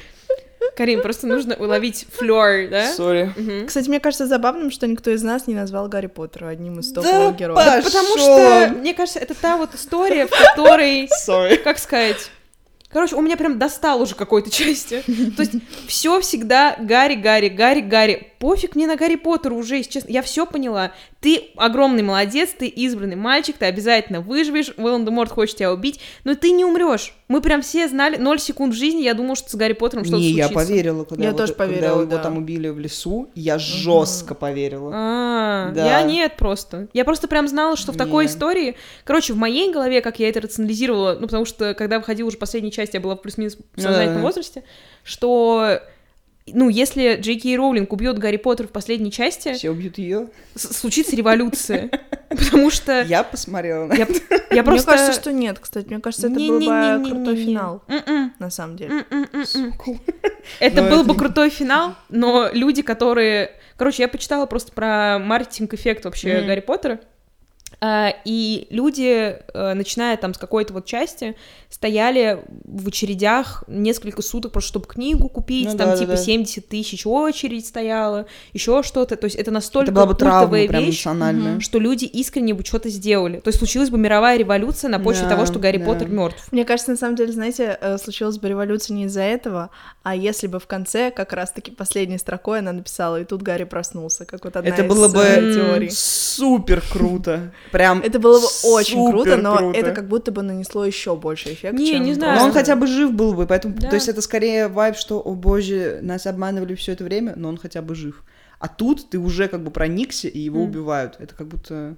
Speaker 2: Карин, просто нужно уловить флёр, да?
Speaker 3: сори.
Speaker 2: Мгм.
Speaker 1: Кстати, мне кажется забавным, что никто из нас не назвал Гарри Поттера одним из
Speaker 3: Да,
Speaker 1: топовых героев.
Speaker 3: па-
Speaker 2: Потому
Speaker 3: Пошёл.
Speaker 2: что, мне кажется, это та вот история, в которой,
Speaker 3: Сори.
Speaker 2: как сказать... Короче, у меня прям достал уже какой-то части. То есть все всегда Гарри, Гарри, Гарри, Гарри. Пофиг мне на Гарри Поттера уже, если честно. Я все поняла. Ты огромный молодец, ты избранный мальчик, ты обязательно выживешь. Волан-де-Морт хочет тебя убить, но ты не умрешь. Мы прям все знали, ноль секунд в жизни, я думала, что с Гарри Поттером что-то
Speaker 3: Не, я
Speaker 2: случится.
Speaker 3: поверила, когда
Speaker 1: Я
Speaker 3: вот-
Speaker 1: тоже
Speaker 3: когда
Speaker 1: поверила,
Speaker 3: его
Speaker 1: да.
Speaker 3: там убили в лесу. Я жестко поверила.
Speaker 2: А,
Speaker 3: Да.
Speaker 2: я нет просто. Я просто прям знала, что в такой
Speaker 3: Не.
Speaker 2: истории... Короче, в моей голове, как я это рационализировала, ну, потому что, когда выходила уже последняя часть, я была в плюс-минус сознательном
Speaker 3: да.
Speaker 2: возрасте, что... Ну, если Джей Кей Роулинг убьет Гарри Поттера в последней части,
Speaker 3: Все убьют ее.
Speaker 2: с- случится
Speaker 3: <laughs>
Speaker 2: революция. Потому
Speaker 1: Э.
Speaker 2: что
Speaker 3: Я посмотрела.
Speaker 1: М-м.
Speaker 3: на-
Speaker 2: я, я
Speaker 1: Мне
Speaker 2: просто...
Speaker 1: кажется, что нет, кстати. Мне кажется, это был бы
Speaker 2: Не-не-не-не-не.
Speaker 1: крутой финал,
Speaker 2: М-м,
Speaker 1: на самом деле.
Speaker 2: м-м-м-м.
Speaker 3: Сокол.
Speaker 2: Это
Speaker 3: Но
Speaker 2: был
Speaker 3: это
Speaker 2: бы
Speaker 3: не- <laughs>
Speaker 2: крутой финал, но люди, которые... Короче, я почитала просто про маркетинг-эффект вообще
Speaker 1: Мгм.
Speaker 2: Гарри Поттера. А, И люди, э, начиная там с какой-то вот части, стояли в очередях несколько суток, просто чтобы книгу купить,
Speaker 3: Ну
Speaker 2: там
Speaker 3: да, да,
Speaker 2: типа
Speaker 3: да.
Speaker 2: 70 тысяч очередь стояла, еще что-то. То есть это настолько
Speaker 3: Это была бы травма
Speaker 2: культовая
Speaker 3: прям
Speaker 2: вещь,
Speaker 3: эмоциональная.
Speaker 2: что люди искренне бы что-то сделали. То есть случилась бы мировая революция на почве
Speaker 3: Да,
Speaker 2: того, что Гарри
Speaker 3: да.
Speaker 2: Поттер мертв.
Speaker 1: Мне кажется, на самом деле, знаете, э, случилась бы революция не из-за этого, а если бы в конце как раз-таки последней строкой она написала, и тут Гарри проснулся, как вот одна
Speaker 3: Это
Speaker 1: из,
Speaker 3: было бы-
Speaker 1: э,
Speaker 2: М.
Speaker 1: теорий.
Speaker 3: Супер круто. Прям
Speaker 1: Это было бы очень круто,
Speaker 3: супер
Speaker 1: но
Speaker 3: круто.
Speaker 1: это как будто бы нанесло еще больше эффект.
Speaker 2: Не,
Speaker 1: чем
Speaker 2: не знаю.
Speaker 3: Но он
Speaker 1: просто-
Speaker 3: хотя бы жив был бы, поэтому...
Speaker 2: Да.
Speaker 3: То есть это скорее вайб, что, о боже, нас обманывали все это время, но он хотя бы жив. А тут ты уже как бы проникся, и его
Speaker 2: М.
Speaker 3: убивают. Это как будто...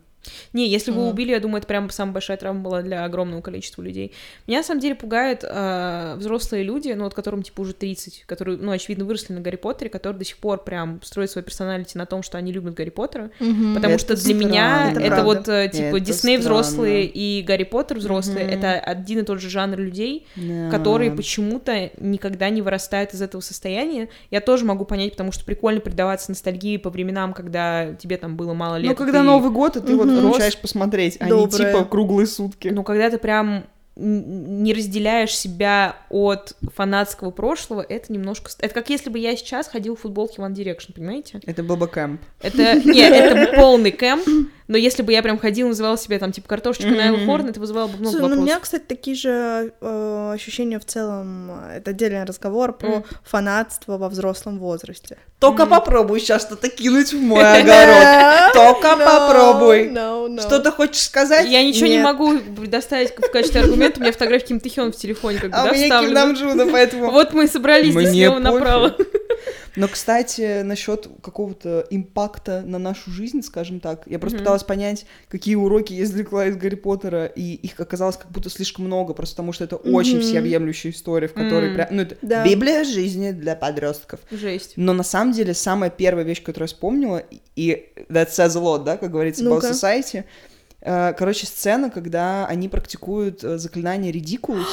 Speaker 2: Не, если бы
Speaker 1: Мгм.
Speaker 2: убили, я думаю, это прям самая большая травма была для огромного количества людей. Меня на самом деле пугают э, взрослые люди, ну вот которым типа уже 30, которые, ну, очевидно, выросли на Гарри Поттере, которые до сих пор прям строят свой персоналити на том, что они любят Гарри Поттера.
Speaker 1: Мгм.
Speaker 2: Потому
Speaker 3: Это
Speaker 2: что для меня
Speaker 3: странно.
Speaker 2: это,
Speaker 1: Это
Speaker 2: вот э, типа
Speaker 3: Это
Speaker 2: Дисней взрослые
Speaker 3: странно.
Speaker 2: и Гарри Поттер взрослые,
Speaker 3: Мгм. А.
Speaker 2: это один и тот же жанр людей,
Speaker 3: Да.
Speaker 2: которые почему-то никогда не вырастают из этого состояния. Я тоже могу понять, потому что прикольно предаваться ностальгии по временам, когда тебе там было мало лет.
Speaker 3: Ну,
Speaker 2: и
Speaker 3: когда
Speaker 2: ты-
Speaker 3: Новый год, и ты
Speaker 1: Мгм.
Speaker 3: вот включаешь посмотреть, а не
Speaker 1: Доброе.
Speaker 3: типа круглые сутки.
Speaker 2: Ну, когда ты прям н- не разделяешь себя от фанатского прошлого, это немножко... ст- Это как если бы я сейчас ходила в футболке One Direction, понимаете?
Speaker 3: Это был бы кэмп. <laughs>
Speaker 2: Это... Нет, это полный кэмп, но если бы я прям ходила и называла себя там, типа, картошечка Найл
Speaker 3: Мгм.
Speaker 2: Хорн, это вызывало бы много
Speaker 1: Слушай, ну, у меня,
Speaker 2: вопросов.
Speaker 1: кстати, такие же э, ощущения в целом. Это отдельный разговор про
Speaker 2: М.
Speaker 1: фанатство во взрослом возрасте.
Speaker 3: Только
Speaker 2: М.
Speaker 3: попробуй сейчас что-то кинуть в <laughs> мой огород. Только попробуй. Что ты хочешь сказать?
Speaker 2: Я ничего не
Speaker 1: Нет.
Speaker 2: могу предоставить в качестве аргумента, у меня фотографии Ким Ты Хён в телефоне как бы,
Speaker 3: А у
Speaker 2: да,
Speaker 3: меня Ким
Speaker 2: вставлены.
Speaker 3: Нам Джуна, поэтому...
Speaker 2: Вот мы и собрались здесь
Speaker 3: Мне
Speaker 2: слева
Speaker 3: <laughs>
Speaker 2: направо.
Speaker 3: Но, кстати, насчет какого-то импакта на нашу жизнь, скажем так, я просто
Speaker 2: Мгм.
Speaker 3: пыталась понять, какие уроки я извлекла из Гарри Поттера, и их оказалось как будто слишком много, просто потому что это очень
Speaker 1: Мгм.
Speaker 3: всеобъемлющая история, в которой
Speaker 2: М.
Speaker 3: прям... Ну, это
Speaker 1: Да.
Speaker 3: Библия жизни для подростков.
Speaker 2: Жесть.
Speaker 3: Но на самом деле самая первая вещь, которую я вспомнила, и that says a lot, да, как говорится, about
Speaker 1: Ну-ка.
Speaker 3: society, э, короче, сцена, когда они практикуют э, заклинание Ridiculous,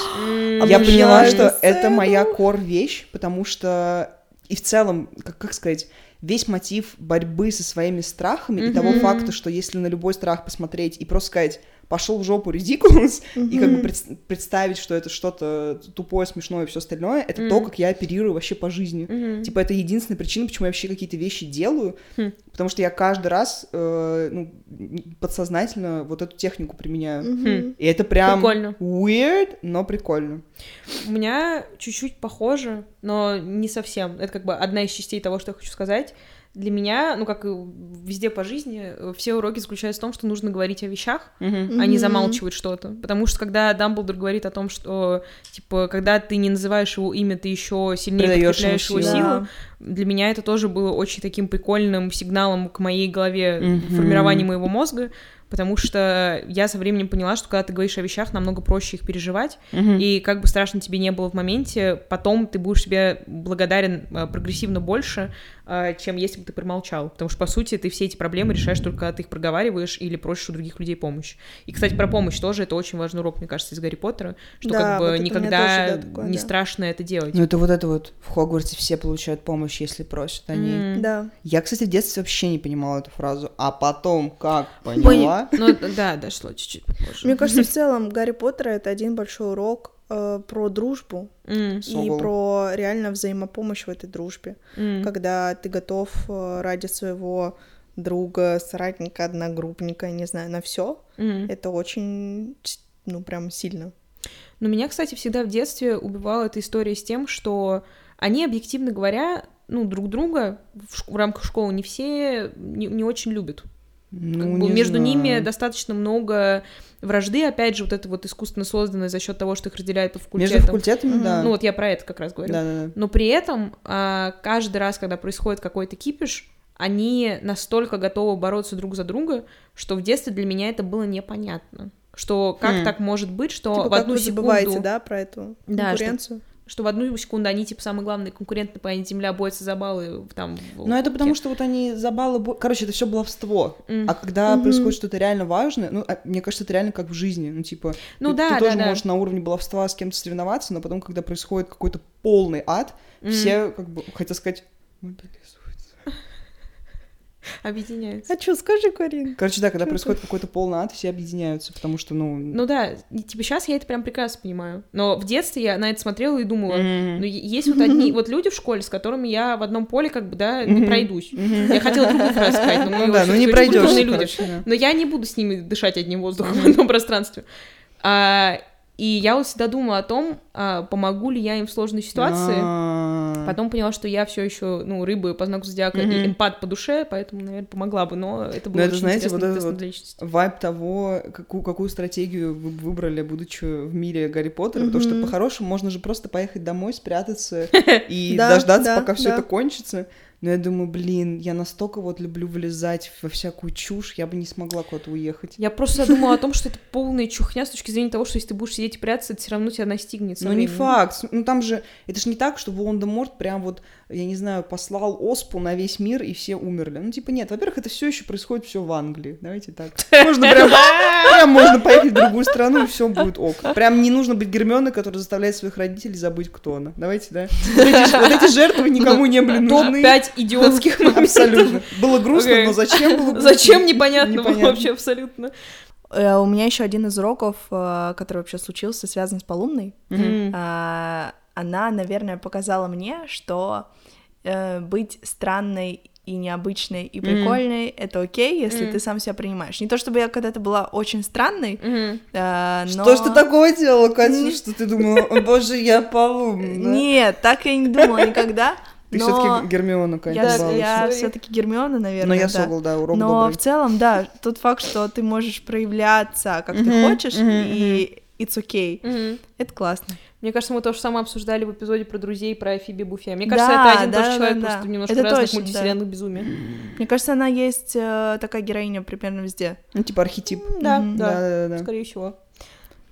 Speaker 3: я
Speaker 1: Обожаю
Speaker 3: поняла,
Speaker 1: эту
Speaker 3: что это
Speaker 1: сцену.
Speaker 3: моя кор вещь, потому что и в целом, как, как сказать, весь мотив борьбы со своими страхами и
Speaker 2: Мгм.
Speaker 3: того факта, что если на любой страх посмотреть и просто сказать пошел в жопу Ridiculous, <laughs> и как бы
Speaker 1: Мгм.
Speaker 3: пред- представить, что это что-то тупое, смешное и все остальное, это
Speaker 2: Мгм.
Speaker 3: то, как я оперирую вообще по жизни.
Speaker 2: Мгм.
Speaker 3: Типа, это единственная причина, почему я вообще какие-то вещи делаю,
Speaker 2: Хм.
Speaker 3: потому что я каждый раз э, ну, н- подсознательно вот эту технику применяю.
Speaker 1: Мгм.
Speaker 3: И это прям
Speaker 2: Прикольно.
Speaker 3: weird, но прикольно.
Speaker 2: У меня чуть-чуть похоже, но не совсем. Это как бы одна из частей того, что я хочу сказать. Для меня, ну как и везде по жизни, э, все уроки заключаются в том, что нужно говорить о вещах, а не
Speaker 1: Мгм.
Speaker 2: замалчивать что-то. Потому что когда Дамблдор говорит о том, что типа когда ты не называешь его имя, ты еще сильнее
Speaker 3: Придаёшь ему
Speaker 2: подкрепляешь его
Speaker 3: силу.
Speaker 2: силу,
Speaker 1: Да.
Speaker 2: для меня это тоже было очень таким прикольным сигналом к моей голове,
Speaker 3: Мгм.
Speaker 2: формированию моего мозга, потому что я со временем поняла, что когда ты говоришь о вещах, намного проще их переживать, и как бы страшно тебе не было в моменте, потом ты будешь себе благодарен э, прогрессивно больше, э, чем если бы ты промолчал, потому что, по сути, ты все эти проблемы решаешь только, когда ты их проговариваешь или просишь у других людей помощь. И, кстати, про помощь тоже, это очень важный урок, мне кажется, из Гарри Поттера, что
Speaker 1: Да,
Speaker 2: как бы
Speaker 1: вот это у меня
Speaker 2: никогда
Speaker 1: тоже, да, такое,
Speaker 2: не
Speaker 1: да.
Speaker 2: страшно это делать.
Speaker 3: Ну это вот это вот, в Хогвартсе все получают помощь, если просят они.
Speaker 2: М.
Speaker 1: Да.
Speaker 3: Я, кстати, в детстве вообще не понимала эту фразу, а потом как поняла...
Speaker 2: Ну да, дошло чуть-чуть попозже.
Speaker 1: Мне кажется, в целом Гарри Поттер это один большой урок э, про дружбу
Speaker 2: М,
Speaker 1: и
Speaker 3: Сокол.
Speaker 1: про реально взаимопомощь в этой дружбе,
Speaker 2: м.
Speaker 1: когда ты готов э, ради своего друга, соратника, одногруппника, не знаю, на все.
Speaker 2: М.
Speaker 1: Это очень, ч- ну, прям сильно.
Speaker 2: Но меня, кстати, всегда в детстве убивала эта история с тем, что они, объективно говоря, ну, друг друга в, ш- в рамках школы не все не, не очень любят. Как
Speaker 3: Ну,
Speaker 2: бы
Speaker 3: не
Speaker 2: между ними
Speaker 3: знаю.
Speaker 2: достаточно много вражды, опять же, вот это вот искусственно созданное за счет того, что их разделяют по
Speaker 3: Между
Speaker 2: факультетам.
Speaker 3: факультетами,
Speaker 1: Мгм.
Speaker 3: да.
Speaker 2: Ну, вот я про это как раз говорю.
Speaker 3: да, да, да.
Speaker 2: Но при этом а, каждый раз, когда происходит какой-то кипиш, они настолько готовы бороться друг за друга, что в детстве для меня это было непонятно. Что как
Speaker 3: Хм.
Speaker 2: так может быть, что
Speaker 1: типа
Speaker 2: Ну, в
Speaker 1: как
Speaker 2: одну
Speaker 1: вы забываете,
Speaker 2: секунду...
Speaker 1: да, про эту
Speaker 2: Да, что-
Speaker 1: конкуренцию?
Speaker 2: Что в одну секунду они, типа, самые главные конкуренты, планете Земля борются за баллы там... в-
Speaker 3: Ну, это потому, что вот они за баллы... бо- Короче, это все баловство.
Speaker 2: М.
Speaker 3: А когда
Speaker 1: Мгм.
Speaker 3: происходит что-то реально важное, ну, а, мне кажется, это реально как в жизни. Ну, типа,
Speaker 2: Ну
Speaker 3: ты,
Speaker 2: да,
Speaker 3: ты
Speaker 2: да,
Speaker 3: тоже
Speaker 2: да.
Speaker 3: можешь на уровне баловства с кем-то соревноваться, но потом, когда происходит какой-то полный ад,
Speaker 2: М.
Speaker 3: все, как бы, хотел сказать, мобилизуются.
Speaker 2: Объединяются.
Speaker 1: А что, скажи, Карин?
Speaker 3: Короче, да, когда
Speaker 1: Чё
Speaker 3: происходит какой-то полный ад, все объединяются, потому что, ну...
Speaker 2: Ну да, и, типа, сейчас я это прям прекрасно понимаю. Но в детстве я на это смотрела и думала,
Speaker 3: Мгм.
Speaker 2: ну, е- есть вот одни, вот люди в школе, с которыми я в одном поле, как бы, да, не
Speaker 3: Мгм.
Speaker 2: пройдусь.
Speaker 3: Мгм.
Speaker 2: Я хотела другую фразу сказать, но мы
Speaker 3: Ну да,
Speaker 2: очень
Speaker 3: ну не
Speaker 2: очень
Speaker 3: пройдешь.
Speaker 2: культурные люди. Но я не буду с ними дышать одним воздухом в одном пространстве. А, и я вот всегда думала о том, а, помогу ли я им в сложной
Speaker 3: А.
Speaker 2: ситуации. Потом поняла, что я все еще, ну, рыбы по знаку зодиака и
Speaker 3: Мгм.
Speaker 2: эмпат по душе, поэтому, наверное, помогла бы, но это было
Speaker 3: это,
Speaker 2: очень
Speaker 3: знаете,
Speaker 2: интересным
Speaker 3: вот это
Speaker 2: тестом
Speaker 3: вот
Speaker 2: для личности.
Speaker 3: вайб того, какую, какую стратегию вы бы выбрали, будучи в мире Гарри Поттера, потому что
Speaker 1: Мгм.
Speaker 3: по-хорошему можно же просто поехать
Speaker 2: <laughs>
Speaker 3: домой, спрятаться и
Speaker 1: Да,
Speaker 3: дождаться,
Speaker 1: да,
Speaker 3: пока все
Speaker 1: да.
Speaker 3: это кончится. Но я думаю, блин, я настолько вот люблю влезать во всякую чушь, я бы не смогла куда-то уехать.
Speaker 2: Я просто думала о том, что это полная чухня с точки зрения того, что если ты будешь сидеть и прятаться, это все равно тебя настигнет. со
Speaker 3: Ну, не
Speaker 2: временем.
Speaker 3: факт. С- Ну, там же... Это же не так, что Волан-де-Морт прям вот, я не знаю, послал оспу на весь мир, и все умерли. Ну, типа, нет. Во-первых, это все еще происходит все в Англии. Давайте так. Можно прям... Прям можно поехать в другую страну, и все будет ок. Прям не нужно быть Гермионой, которая заставляет своих родителей забыть, кто она. Давайте, да? Вот эти, ж- вот эти жертвы никому не были нужны.
Speaker 2: Топ-5
Speaker 3: <laughs>
Speaker 2: идиотских моментов.
Speaker 3: Абсолютно. Было грустно,
Speaker 2: Окей.
Speaker 3: но зачем было грустно?
Speaker 2: Зачем, непонятно,
Speaker 3: Непонятно.
Speaker 2: вообще абсолютно.
Speaker 1: Э, У меня еще один из уроков, э, который вообще случился, связан с полумной.
Speaker 3: Мгм.
Speaker 1: А, она, наверное, показала мне, что э, быть странной и необычной и прикольной это окей, если
Speaker 2: Мгм.
Speaker 1: ты сам себя принимаешь. Не то чтобы я когда-то была очень странной,
Speaker 2: Мгм.
Speaker 1: э, но
Speaker 3: Что ж ты такое делала, Катя,
Speaker 1: Не-
Speaker 3: что ты думала, «О, боже, я полумна?
Speaker 1: Нет, так я не думала <laughs> никогда.
Speaker 3: Ты
Speaker 1: но
Speaker 3: все-таки Гермиона, конечно,
Speaker 1: я,
Speaker 3: балуешь.
Speaker 2: балуешься.
Speaker 1: все-таки Гермиона, наверное.
Speaker 3: Но Ну, я
Speaker 1: да.
Speaker 3: сокол, да, урок
Speaker 1: Но
Speaker 3: добрый.
Speaker 1: в целом, да, тот факт, что ты можешь проявляться, как ты
Speaker 3: Мгм,
Speaker 1: хочешь,
Speaker 3: мгм,
Speaker 1: и it's okay.
Speaker 2: Мгм.
Speaker 1: Это классно.
Speaker 2: Мне кажется, мы то же самое обсуждали в эпизоде про друзей, про Фиби Буфе. Мне
Speaker 1: Да,
Speaker 2: кажется, это один и тот
Speaker 1: да,
Speaker 2: же человек,
Speaker 1: да,
Speaker 2: просто
Speaker 1: да.
Speaker 2: немножко
Speaker 1: Это
Speaker 2: разных
Speaker 1: точно,
Speaker 2: мультивселенных безумия.
Speaker 1: Мне кажется, она есть э, такая героиня примерно везде.
Speaker 3: Ну, типа архетип.
Speaker 2: Да,
Speaker 1: Мгм.
Speaker 2: да,
Speaker 3: Да-да-да.
Speaker 2: скорее всего.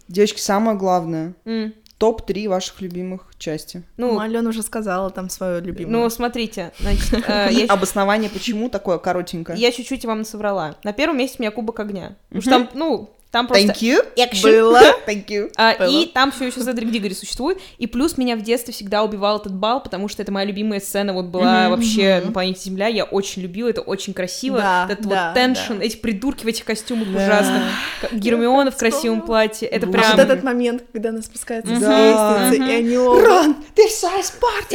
Speaker 3: Девочки, самое главное.
Speaker 2: М.
Speaker 3: Топ-3 ваших любимых части.
Speaker 1: Ну,
Speaker 2: Ну,
Speaker 1: Алена уже сказала там свою
Speaker 2: ну,
Speaker 1: любимую.
Speaker 2: смотрите, значит, э, я
Speaker 3: И обоснование, почему такое коротенькое.
Speaker 2: Я чуть-чуть вам соврала. На первом месте у меня кубок огня. Потому что там, ну, Там просто...
Speaker 3: Thank you.
Speaker 2: Action.
Speaker 3: Было. Thank you.
Speaker 2: А,
Speaker 1: Было.
Speaker 2: и там все еще за Дигори существует. И плюс меня в детстве всегда убивал этот бал, потому что это моя любимая сцена вот была
Speaker 1: Мгм.
Speaker 2: вообще
Speaker 1: Мгм.
Speaker 2: на планете Земля. Я очень любила, это очень красиво.
Speaker 1: Да,
Speaker 2: этот
Speaker 1: да,
Speaker 2: вот теншн, эти придурки в этих костюмах ужасных. Как Гермиона в красивом
Speaker 1: вспомнила.
Speaker 2: платье. Это
Speaker 1: А
Speaker 2: <laughs>
Speaker 3: Да.
Speaker 2: прям...
Speaker 1: вот этот момент, когда она спускается с
Speaker 3: Да.
Speaker 1: лестницы, и они ловят
Speaker 3: Рон, ты вся Спарта.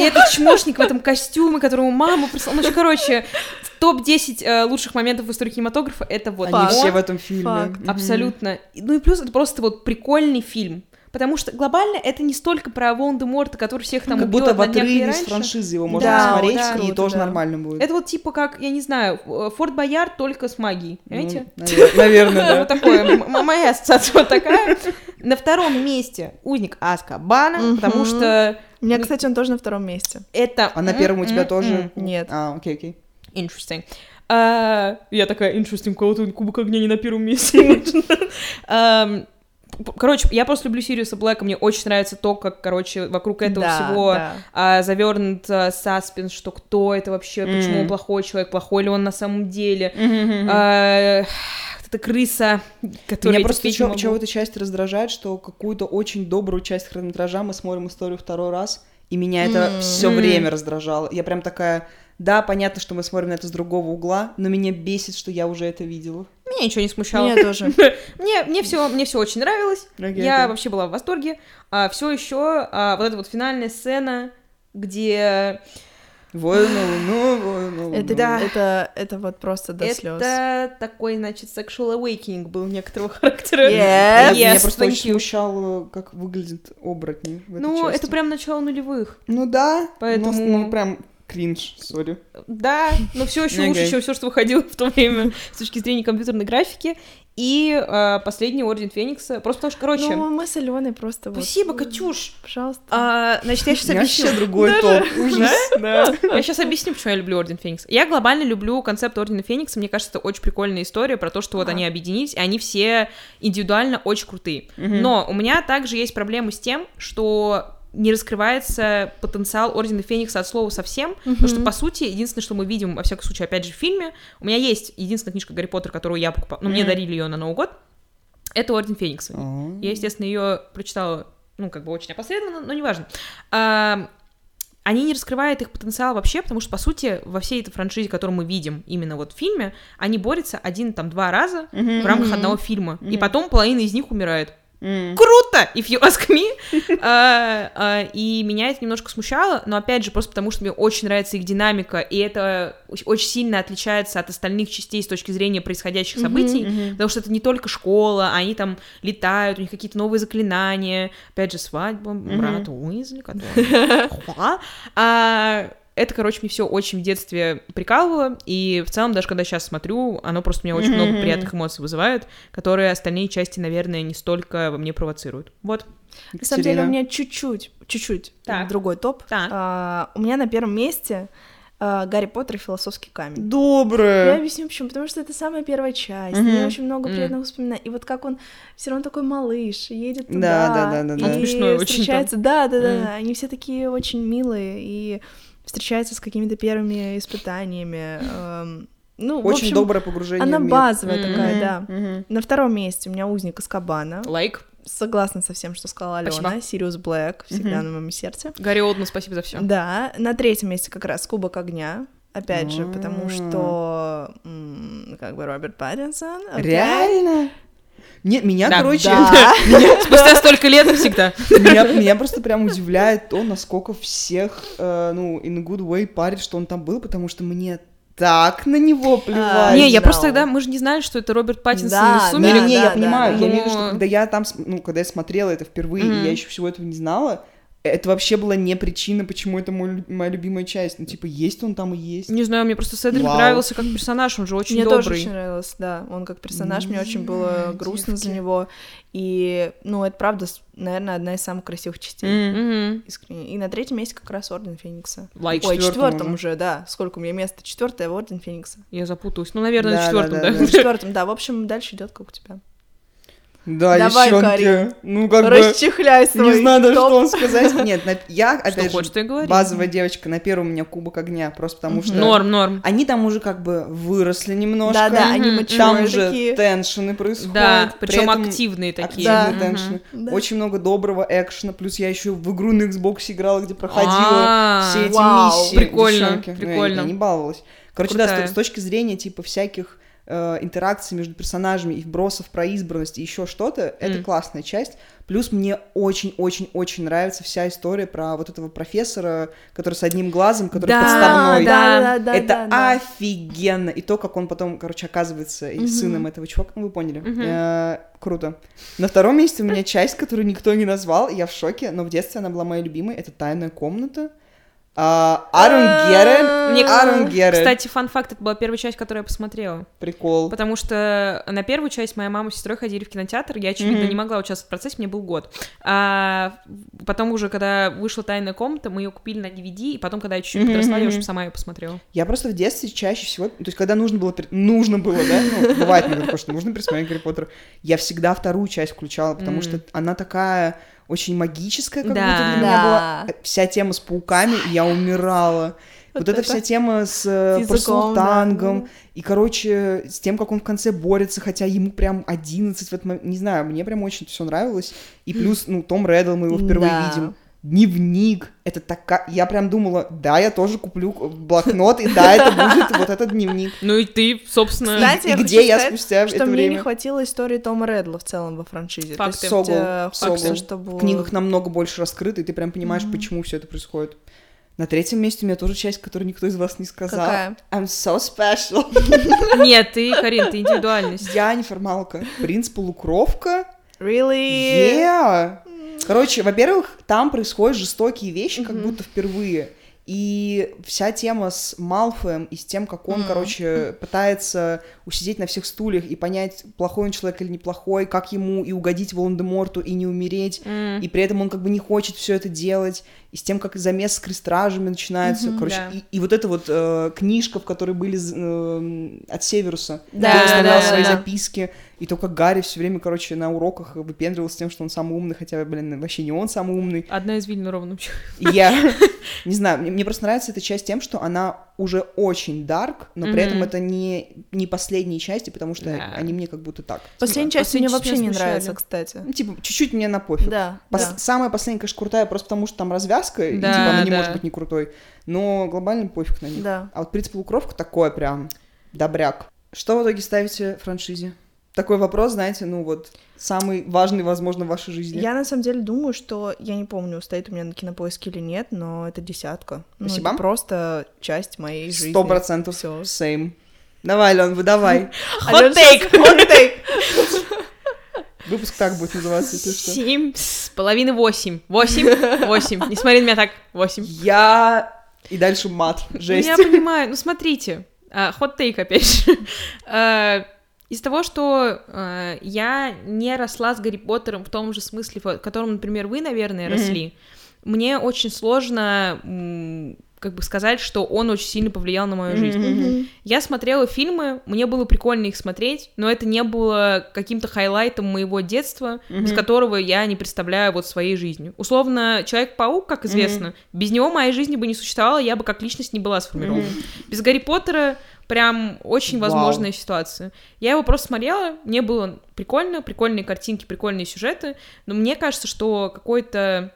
Speaker 2: И этот чмошник в этом костюме, которому мама прислала. Ну, в общем, короче, в топ-10 э, лучших моментов в истории кинематографа это вот
Speaker 3: Они
Speaker 1: Факт.
Speaker 2: он.
Speaker 3: все в этом фильме.
Speaker 1: Факт.
Speaker 3: Мгм.
Speaker 2: Абсолютно. И- Ну и плюс это просто вот прикольный фильм. Потому что глобально это не столько про Волан-де-Морта, который всех там
Speaker 3: Как
Speaker 2: убил
Speaker 3: будто в
Speaker 2: на днях и
Speaker 3: отрыве из
Speaker 2: раньше.
Speaker 3: франшизы его можно
Speaker 2: Да,
Speaker 3: посмотреть,
Speaker 2: да.
Speaker 3: и
Speaker 1: Круто,
Speaker 3: тоже
Speaker 1: да.
Speaker 3: нормально будет.
Speaker 2: Это вот типа как, я не знаю, э, Форт Боярд только с магией,
Speaker 3: Ну,
Speaker 2: понимаете?
Speaker 3: навер-
Speaker 2: <laughs>
Speaker 3: Наверное,
Speaker 2: Вот
Speaker 3: да.
Speaker 2: такое, М- м- моя ассоциация вот такая. На втором месте узник Аскабана,
Speaker 1: Мгм.
Speaker 2: потому что
Speaker 1: У меня, кстати, он тоже на втором месте.
Speaker 2: это...
Speaker 3: А на первом у тебя
Speaker 2: М-м-м.
Speaker 3: тоже?
Speaker 1: Нет.
Speaker 3: А, окей, окей.
Speaker 2: Interesting. А, я такая, interesting, у кого-то кубок огня не на первом
Speaker 3: <laughs>
Speaker 2: месте. Ам, п- Короче, я просто люблю Сириуса Блэка, мне очень нравится то, как, короче, вокруг этого
Speaker 1: Да,
Speaker 2: всего
Speaker 1: да.
Speaker 2: а, завернут а, саспенс, что кто это вообще, почему
Speaker 3: Мгм.
Speaker 2: он плохой человек, плохой ли он на самом деле. А, Это крыса, которая...
Speaker 3: Меня просто чё- чё в этой части раздражает, что какую-то очень добрую часть хронометража мы смотрим историю второй раз, и меня это
Speaker 1: М.
Speaker 3: все
Speaker 2: М.
Speaker 3: время раздражало. Я прям такая, да, понятно, что мы смотрим на это с другого угла, но меня бесит, что я уже это видела.
Speaker 2: Меня ничего не смущало.
Speaker 1: Меня
Speaker 2: <laughs>
Speaker 1: тоже.
Speaker 2: Мне, мне все, мне все очень нравилось.
Speaker 3: Окей,
Speaker 2: я
Speaker 3: окей.
Speaker 2: вообще была в восторге. А, все еще вот эта вот финальная сцена, где
Speaker 3: Вой на луну, вой ну, на луну.
Speaker 1: Это,
Speaker 2: Да.
Speaker 1: это, это вот просто до слез.
Speaker 2: это такой, значит, sexual awakening был некоторого <laughs>
Speaker 1: Yes.
Speaker 2: характера.
Speaker 3: Меня- ну». Меня
Speaker 2: Yes,
Speaker 3: просто
Speaker 2: thank
Speaker 3: очень
Speaker 2: you.
Speaker 3: смущало, как выглядят оборотни в этой
Speaker 2: Ну,
Speaker 3: части.
Speaker 2: это прям начало нулевых.
Speaker 3: Ну да,
Speaker 2: Поэтому-
Speaker 3: поэтому... ну прям кринж, сори.
Speaker 2: Да, но все еще
Speaker 3: Окей.
Speaker 2: лучше, чем все, что выходило в то время с точки зрения компьютерной графики. И а, последний орден Феникса. Просто потому что, короче.
Speaker 1: Ну, мы с Аленой просто вот, э,
Speaker 2: Спасибо, Катюш.
Speaker 1: Пожалуйста.
Speaker 2: А, значит, я сейчас объясню.
Speaker 3: Вообще
Speaker 2: <laughs>
Speaker 3: другой топ. Ужас.
Speaker 2: Я сейчас объясню, почему я люблю Орден Феникса. Я глобально люблю концепт Ордена Феникса. Мне кажется, это очень прикольная история про то, что вот
Speaker 1: А.
Speaker 2: они объединились, и они все индивидуально очень крутые.
Speaker 3: Мгм.
Speaker 2: Но у меня также есть проблемы с тем, что не раскрывается потенциал Ордена Феникса от слова совсем, потому что,
Speaker 1: Мгм.
Speaker 2: по сути, единственное, что мы видим, во всяком случае, опять же, в фильме, у меня есть единственная книжка Гарри Поттер, которую я покупала, ну, мне
Speaker 3: Мгм.
Speaker 2: дарили ее на Новый год, это Орден Феникса.
Speaker 3: А.
Speaker 2: Я, естественно, ее прочитала, ну, как бы очень опосредованно, но неважно. А, они не раскрывают их потенциал вообще, потому что, по сути, во всей этой франшизе, которую мы видим именно вот в фильме, они борются один, там, два раза
Speaker 3: Мгм.
Speaker 2: в рамках
Speaker 1: Мгм.
Speaker 2: одного фильма. И
Speaker 3: Мгм.
Speaker 2: потом половина из них умирает.
Speaker 3: М.
Speaker 2: Круто! If you ask me. <laughs> А, а, И меня это немножко смущало, но, опять же, просто потому что мне очень нравится их динамика, и это оч- очень сильно отличается от остальных частей с точки зрения происходящих
Speaker 1: Мгм.
Speaker 2: событий.
Speaker 3: Мгм.
Speaker 2: Потому что это не только школа, они там летают, у них какие-то новые заклинания, опять же, свадьба
Speaker 3: Мгм.
Speaker 2: брата Уизли, который- <laughs> Хуа. А, Это, короче, мне все очень в детстве прикалывало, и в целом, даже когда сейчас смотрю, оно просто у меня очень много
Speaker 3: Мгм.
Speaker 2: приятных эмоций вызывает, которые остальные части, наверное, не столько во мне провоцируют. Вот.
Speaker 1: На самом деле у
Speaker 3: Екатерина.
Speaker 1: меня чуть-чуть, чуть-чуть э,
Speaker 2: Так.
Speaker 1: другой топ.
Speaker 2: Так.
Speaker 1: А, у меня на первом месте а, Гарри Поттер и философский камень. Я
Speaker 3: Доброе.
Speaker 1: объясню почему, потому что это самая первая часть,
Speaker 3: Мгм.
Speaker 1: мне очень много
Speaker 2: М.
Speaker 1: приятных воспоминаний, и вот как он все равно такой малыш, едет
Speaker 3: Да,
Speaker 1: туда,
Speaker 3: да, да, да, да.
Speaker 2: Он
Speaker 1: и
Speaker 2: смешной очень там.
Speaker 1: встречается, да, да, да,
Speaker 2: М.
Speaker 1: да, они все такие очень милые и встречаются с какими-то первыми испытаниями, эм, ну, в
Speaker 3: Очень
Speaker 1: общем,
Speaker 3: доброе погружение
Speaker 1: она
Speaker 3: в мир.
Speaker 1: базовая
Speaker 2: Мгм.
Speaker 1: такая, да.
Speaker 3: Мгм.
Speaker 1: На втором месте у меня узник из Кабана.
Speaker 2: Лайк.
Speaker 1: Согласна со всем, что сказала
Speaker 2: Спасибо.
Speaker 1: Алена. Сириус Блэк всегда
Speaker 3: Мгм.
Speaker 1: на моем сердце.
Speaker 2: Гарри Олдман, спасибо за все.
Speaker 1: Да, на третьем месте как раз Кубок огня. Опять же, потому
Speaker 3: А.
Speaker 1: что м, как бы Роберт Паттинсон. окей.
Speaker 3: Реально? Нет, меня,
Speaker 2: Да. <laughs>
Speaker 3: короче,
Speaker 1: Да.
Speaker 2: Спустя столько лет всегда.
Speaker 3: <laughs> меня, меня просто прям удивляет то, насколько всех, э, ну, in a good way парит, что он там был, потому что мне так на
Speaker 1: А,
Speaker 3: него
Speaker 1: I
Speaker 3: плевать.
Speaker 2: Не, я просто
Speaker 1: know.
Speaker 2: тогда, мы же не знали, что это Роберт Паттинсон
Speaker 1: Да,
Speaker 2: из
Speaker 3: Не,
Speaker 2: «Сумерек».
Speaker 1: да,
Speaker 3: не, я
Speaker 1: да,
Speaker 3: понимаю,
Speaker 2: да.
Speaker 3: я
Speaker 2: Но-
Speaker 3: вижу, что когда я там, см- ну, когда я смотрела это впервые, и
Speaker 2: Мгм.
Speaker 3: я еще всего этого не знала, это вообще была не причина, почему это мой лю- моя любимая часть. Ну, типа, есть он там и есть.
Speaker 2: Не знаю, мне просто Седрик
Speaker 3: Вау.
Speaker 2: нравился как персонаж, он же очень
Speaker 1: Мне
Speaker 2: добрый.
Speaker 1: тоже очень нравилось, да. Он как персонаж, мне очень
Speaker 3: М,
Speaker 1: было грустно за
Speaker 3: девки.
Speaker 1: него. И, ну, это правда, наверное, одна из самых красивых частей.
Speaker 3: М.
Speaker 2: Мгм.
Speaker 1: Искренне. И на третьем месте как раз Орден Феникса.
Speaker 2: Лайк.
Speaker 1: Ой,
Speaker 3: четвёртом
Speaker 1: четвертом
Speaker 3: уже.
Speaker 1: уже, да. Сколько у меня места? Четвертое Орден Феникса.
Speaker 2: Я запуталась. Ну, наверное, на <laughs>
Speaker 3: Да,
Speaker 2: четвертом,
Speaker 3: да,
Speaker 2: да.
Speaker 3: да,
Speaker 1: На четвертом, да. В общем, дальше идет как у тебя.
Speaker 3: Да,
Speaker 1: Давай,
Speaker 3: девчонки,
Speaker 1: Карин,
Speaker 3: ну как бы...
Speaker 1: Расчехляй свой
Speaker 3: Не знаю даже,
Speaker 1: топ.
Speaker 3: что вам
Speaker 1: <laughs>
Speaker 3: сказать. Нет, на-
Speaker 2: <laughs>
Speaker 3: я,
Speaker 2: Что
Speaker 3: опять
Speaker 2: хочешь,
Speaker 3: же,
Speaker 2: то и говори.
Speaker 3: базовая девочка, на первом у меня кубок огня, просто потому
Speaker 1: Мгм.
Speaker 3: что...
Speaker 2: Норм, норм.
Speaker 3: Они там уже как бы выросли немножко.
Speaker 1: Да-да,
Speaker 2: Мгм,
Speaker 1: они
Speaker 2: мгм.
Speaker 3: Там
Speaker 1: мочевые
Speaker 3: уже
Speaker 1: такие.
Speaker 3: теншины происходят.
Speaker 2: Да,
Speaker 3: при
Speaker 2: причем
Speaker 3: этом
Speaker 2: активные такие.
Speaker 1: Да.
Speaker 3: активные теншены.
Speaker 1: Да.
Speaker 3: Очень много доброго экшена, плюс я еще в игру на Xbox играла, где проходила
Speaker 2: А,
Speaker 3: все эти
Speaker 1: Вау.
Speaker 3: миссии.
Speaker 2: Прикольно,
Speaker 3: девчонки. Ну, я-
Speaker 2: прикольно.
Speaker 3: Я не баловалась. Короче, да,
Speaker 2: Крутая.
Speaker 3: с, с точки зрения типа всяких э, интеракций между персонажами, их бросов про избранность и еще что-то, это
Speaker 2: М.
Speaker 3: классная часть. Плюс мне очень-очень-очень нравится вся история про вот этого профессора, который с одним глазом, который
Speaker 2: Да,
Speaker 3: подставной.
Speaker 2: да,
Speaker 3: Это
Speaker 1: А, да, да.
Speaker 3: офигенно. И то, как он потом, короче, оказывается и
Speaker 1: Мгм.
Speaker 3: сыном этого чувака, ну вы поняли.
Speaker 2: Мгм.
Speaker 3: Э, Круто. На втором месте у меня часть, которую никто не назвал, я в шоке, но в детстве она была моей любимой. Это тайная комната. А,
Speaker 2: Э,
Speaker 3: Арон Геральт.
Speaker 2: Мне-
Speaker 3: Арон Геральт.
Speaker 2: Кстати, фан факт, это была первая часть, которую я посмотрела.
Speaker 3: прикол.
Speaker 2: Потому что на первую часть моя мама с сестрой ходили в кинотеатр, я, очевидно,
Speaker 3: Мгм.
Speaker 2: не могла участвовать в процессе, мне был год. А потом уже, когда вышла «Тайная комната», мы ее купили на DVD, и потом, когда я чуть-чуть
Speaker 3: Мгм,
Speaker 2: подросла, я
Speaker 3: мгм.
Speaker 2: уже сама ее посмотрела.
Speaker 3: Я просто в детстве чаще всего, то есть когда нужно было, пер- нужно было, да, ну, <laughs> бывает иногда такое, что нужно пересмотреть Гарри Поттера, я всегда вторую часть включала, потому
Speaker 2: М.
Speaker 3: что она такая очень магическая, как
Speaker 2: Да.
Speaker 3: будто для меня была. Вся тема с пауками, и я умирала. Вот,
Speaker 1: Вот
Speaker 3: эта
Speaker 1: это
Speaker 3: вся тема с
Speaker 1: С
Speaker 3: э,
Speaker 1: языком,
Speaker 3: Парсултангом,
Speaker 1: да.
Speaker 3: и, короче, с тем, как он в конце борется, хотя ему прям 11 в этот момент, не знаю, мне прям очень все нравилось. И плюс, ну, Том Реддл, мы его впервые
Speaker 1: Да.
Speaker 3: видим. Дневник, это такая... Я прям думала, да, я тоже куплю блокнот, и да, это будет вот этот
Speaker 1: <laughs>
Speaker 3: дневник.
Speaker 2: Ну и ты, собственно...
Speaker 1: Кстати,
Speaker 3: И
Speaker 1: я
Speaker 3: где
Speaker 1: хочу
Speaker 3: я
Speaker 1: сказать,
Speaker 3: спустя
Speaker 2: Ну,
Speaker 3: это
Speaker 1: Что мне не
Speaker 3: время?
Speaker 1: хватило истории Тома Редла в целом во франшизе.
Speaker 2: Факты.
Speaker 1: То есть,
Speaker 3: Согл,
Speaker 1: э,
Speaker 3: согл.
Speaker 1: хочется, чтобы...
Speaker 3: В книгах намного больше раскрыто, и ты прям понимаешь, почему все это происходит. На третьем месте у меня тоже часть, которую никто из вас не сказал.
Speaker 1: Какая?
Speaker 3: I'm so special.
Speaker 2: <laughs>
Speaker 3: <laughs>
Speaker 2: Нет, ты, Карин, ты индивидуальность.
Speaker 3: Я неформалка. Принц полукровка.
Speaker 1: Really?
Speaker 3: Yeah. Короче, во-первых, там происходят жестокие вещи, как
Speaker 1: Мгм.
Speaker 3: будто впервые. И вся тема с Малфоем и с тем, как он,
Speaker 1: Мгм.
Speaker 3: короче, пытается усидеть на всех стульях и понять, плохой он человек или неплохой, как ему и угодить Волан-де-Морту, и не умереть.
Speaker 2: М.
Speaker 3: И при этом он как бы не хочет все это делать, и с тем, как замес с крестражами начинается.
Speaker 1: Мгм,
Speaker 3: короче,
Speaker 2: да.
Speaker 3: и, и вот эта вот э, книжка, в которой были з- эм, от Северуса,
Speaker 1: Да,
Speaker 3: где он оставлял
Speaker 1: да,
Speaker 3: свои
Speaker 1: да.
Speaker 3: записки, и то, как Гарри все время, короче, на уроках выпендривался тем, что он самый умный, хотя, блин, вообще не он самый умный.
Speaker 2: Одна из Вильна ровно вообще.
Speaker 3: И
Speaker 1: <laughs>
Speaker 3: я не знаю, мне, мне просто нравится эта часть тем, что она уже очень дарк, но при этом
Speaker 2: Мгм.
Speaker 3: это не, не последние части, потому что
Speaker 2: Да.
Speaker 3: они мне как будто так.
Speaker 1: Последняя часть
Speaker 2: Последняя
Speaker 1: мне
Speaker 2: часть
Speaker 1: вообще
Speaker 2: меня
Speaker 1: не
Speaker 2: смущали.
Speaker 1: нравится, кстати.
Speaker 3: Ну, типа, чуть-чуть мне на пофиг.
Speaker 1: Да,
Speaker 3: Пос-
Speaker 1: да.
Speaker 3: Самая последняя, конечно, крутая, просто потому что там развязка, и
Speaker 2: Да,
Speaker 3: типа она не
Speaker 2: да.
Speaker 3: может быть не крутой. Но глобально пофиг на них.
Speaker 1: Да.
Speaker 3: А вот «Принц полукровка» такое прям добряк. Что в итоге ставите франшизе? Такой вопрос, знаете, ну вот, самый важный, возможно, в вашей жизни.
Speaker 1: Я на самом деле думаю, что я не помню, стоит у меня на кинопоиске или нет, но это десятка. Ну,
Speaker 3: Спасибо.
Speaker 1: это просто часть моей жизни.
Speaker 3: Сто процентов.
Speaker 1: Всё.
Speaker 3: Same. Давай, Лен, выдавай.
Speaker 2: Hot <laughs> take!
Speaker 1: Hot take!
Speaker 3: Выпуск так будет называться, если
Speaker 2: <laughs>
Speaker 3: что.
Speaker 2: Семь с половиной восемь. Восемь, восемь. Не смотри на меня так. Восемь.
Speaker 3: Я... И дальше мат. Жесть.
Speaker 2: Я понимаю. Ну, смотрите. Хот-тейк, опять
Speaker 3: <laughs>
Speaker 2: же. А, Из того, что а, я не росла с Гарри Поттером в том же смысле, в котором, например, вы, наверное,
Speaker 3: Мгм.
Speaker 2: росли, мне очень сложно м, как бы сказать, что он очень сильно повлиял на мою
Speaker 3: Мгм.
Speaker 2: жизнь. Я смотрела фильмы, мне было прикольно их смотреть, но это не было каким-то хайлайтом моего детства,
Speaker 3: Мгм.
Speaker 2: без которого я не представляю вот своей жизни. Условно, Человек-паук, как известно, без него моей жизни бы не существовало, я бы как личность не была сформирована.
Speaker 3: Мгм.
Speaker 2: Без Гарри Поттера прям очень
Speaker 3: Вау.
Speaker 2: возможная ситуация. Я его просто смотрела, мне было прикольно, прикольные картинки, прикольные сюжеты, но мне кажется, что какое-то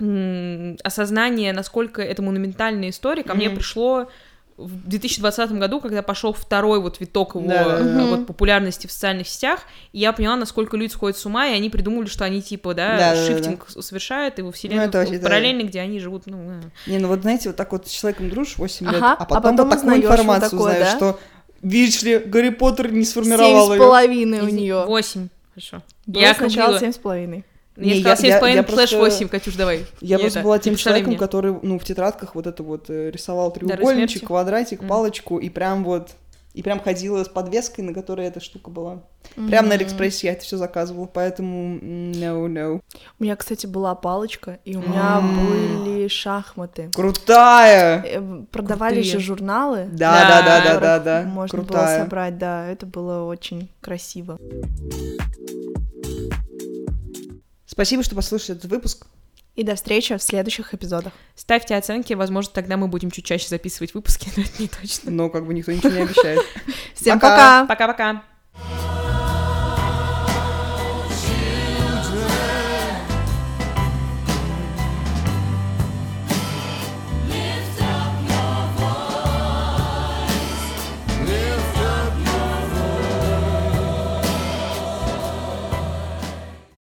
Speaker 2: м, осознание, насколько это монументальная история, ко мне
Speaker 3: Мгм.
Speaker 2: пришло в 2020 году, когда пошел второй вот виток его
Speaker 3: Да-да-да.
Speaker 2: э, вот
Speaker 1: Мгм.
Speaker 2: популярности в социальных сетях, и я поняла, насколько люди сходят с ума, и они придумали, что они типа, да,
Speaker 3: Да-да-да.
Speaker 2: шифтинг с- совершают, и во вселенную
Speaker 3: Ну, это вообще, да.
Speaker 2: параллельно, где они живут, ну, да.
Speaker 3: Не, ну вот знаете, вот так вот с человеком дружишь 8 лет,
Speaker 1: Ага,
Speaker 3: а
Speaker 1: а
Speaker 3: потом,
Speaker 1: потом
Speaker 3: вот такую
Speaker 1: узнаёшь вот
Speaker 3: информацию
Speaker 1: такое,
Speaker 3: узнаешь,
Speaker 1: да?
Speaker 3: что, видишь ли, Гарри Поттер не
Speaker 1: Семь
Speaker 3: сформировал
Speaker 1: с
Speaker 3: ее.
Speaker 1: половиной у
Speaker 2: Из-
Speaker 1: нее.
Speaker 2: Восемь. Хорошо.
Speaker 1: Я
Speaker 2: Я
Speaker 1: сначала
Speaker 2: округлила.
Speaker 1: семь с половиной.
Speaker 2: Я
Speaker 3: Не,
Speaker 2: сказала
Speaker 3: я- я-
Speaker 2: 7,5
Speaker 3: я
Speaker 2: слэш
Speaker 3: просто-
Speaker 2: 8, Катюш, давай.
Speaker 3: Я
Speaker 2: Не,
Speaker 3: просто
Speaker 2: да,
Speaker 3: была тем
Speaker 2: написали
Speaker 3: человеком,
Speaker 2: мне.
Speaker 3: который, ну, в тетрадках вот это вот э, рисовал
Speaker 2: смерти.
Speaker 3: треугольничек, квадратик,
Speaker 2: Мгм.
Speaker 3: палочку, и прям вот, и прям ходила с подвеской, на которой эта штука была. Прям на Алиэкспрессе я это все заказывала, поэтому м, no, no.
Speaker 1: У меня, кстати, была палочка, и у меня
Speaker 3: М.
Speaker 1: были шахматы.
Speaker 3: Крутая!
Speaker 1: Э, Продавали
Speaker 2: Крутые.
Speaker 1: же журналы.
Speaker 3: Да, да, да, да,
Speaker 1: которых
Speaker 3: да, да.
Speaker 1: Можно было
Speaker 3: Крутая.
Speaker 1: собрать, да, это было очень красиво.
Speaker 3: Спасибо, что послушали этот выпуск.
Speaker 1: И до встречи в следующих эпизодах.
Speaker 2: Ставьте оценки, возможно, тогда мы будем чуть чаще записывать выпуски, <laughs> но это не точно.
Speaker 3: Но как бы никто ничего не обещает.
Speaker 1: Всем пока!
Speaker 3: Пока.
Speaker 2: Пока-пока!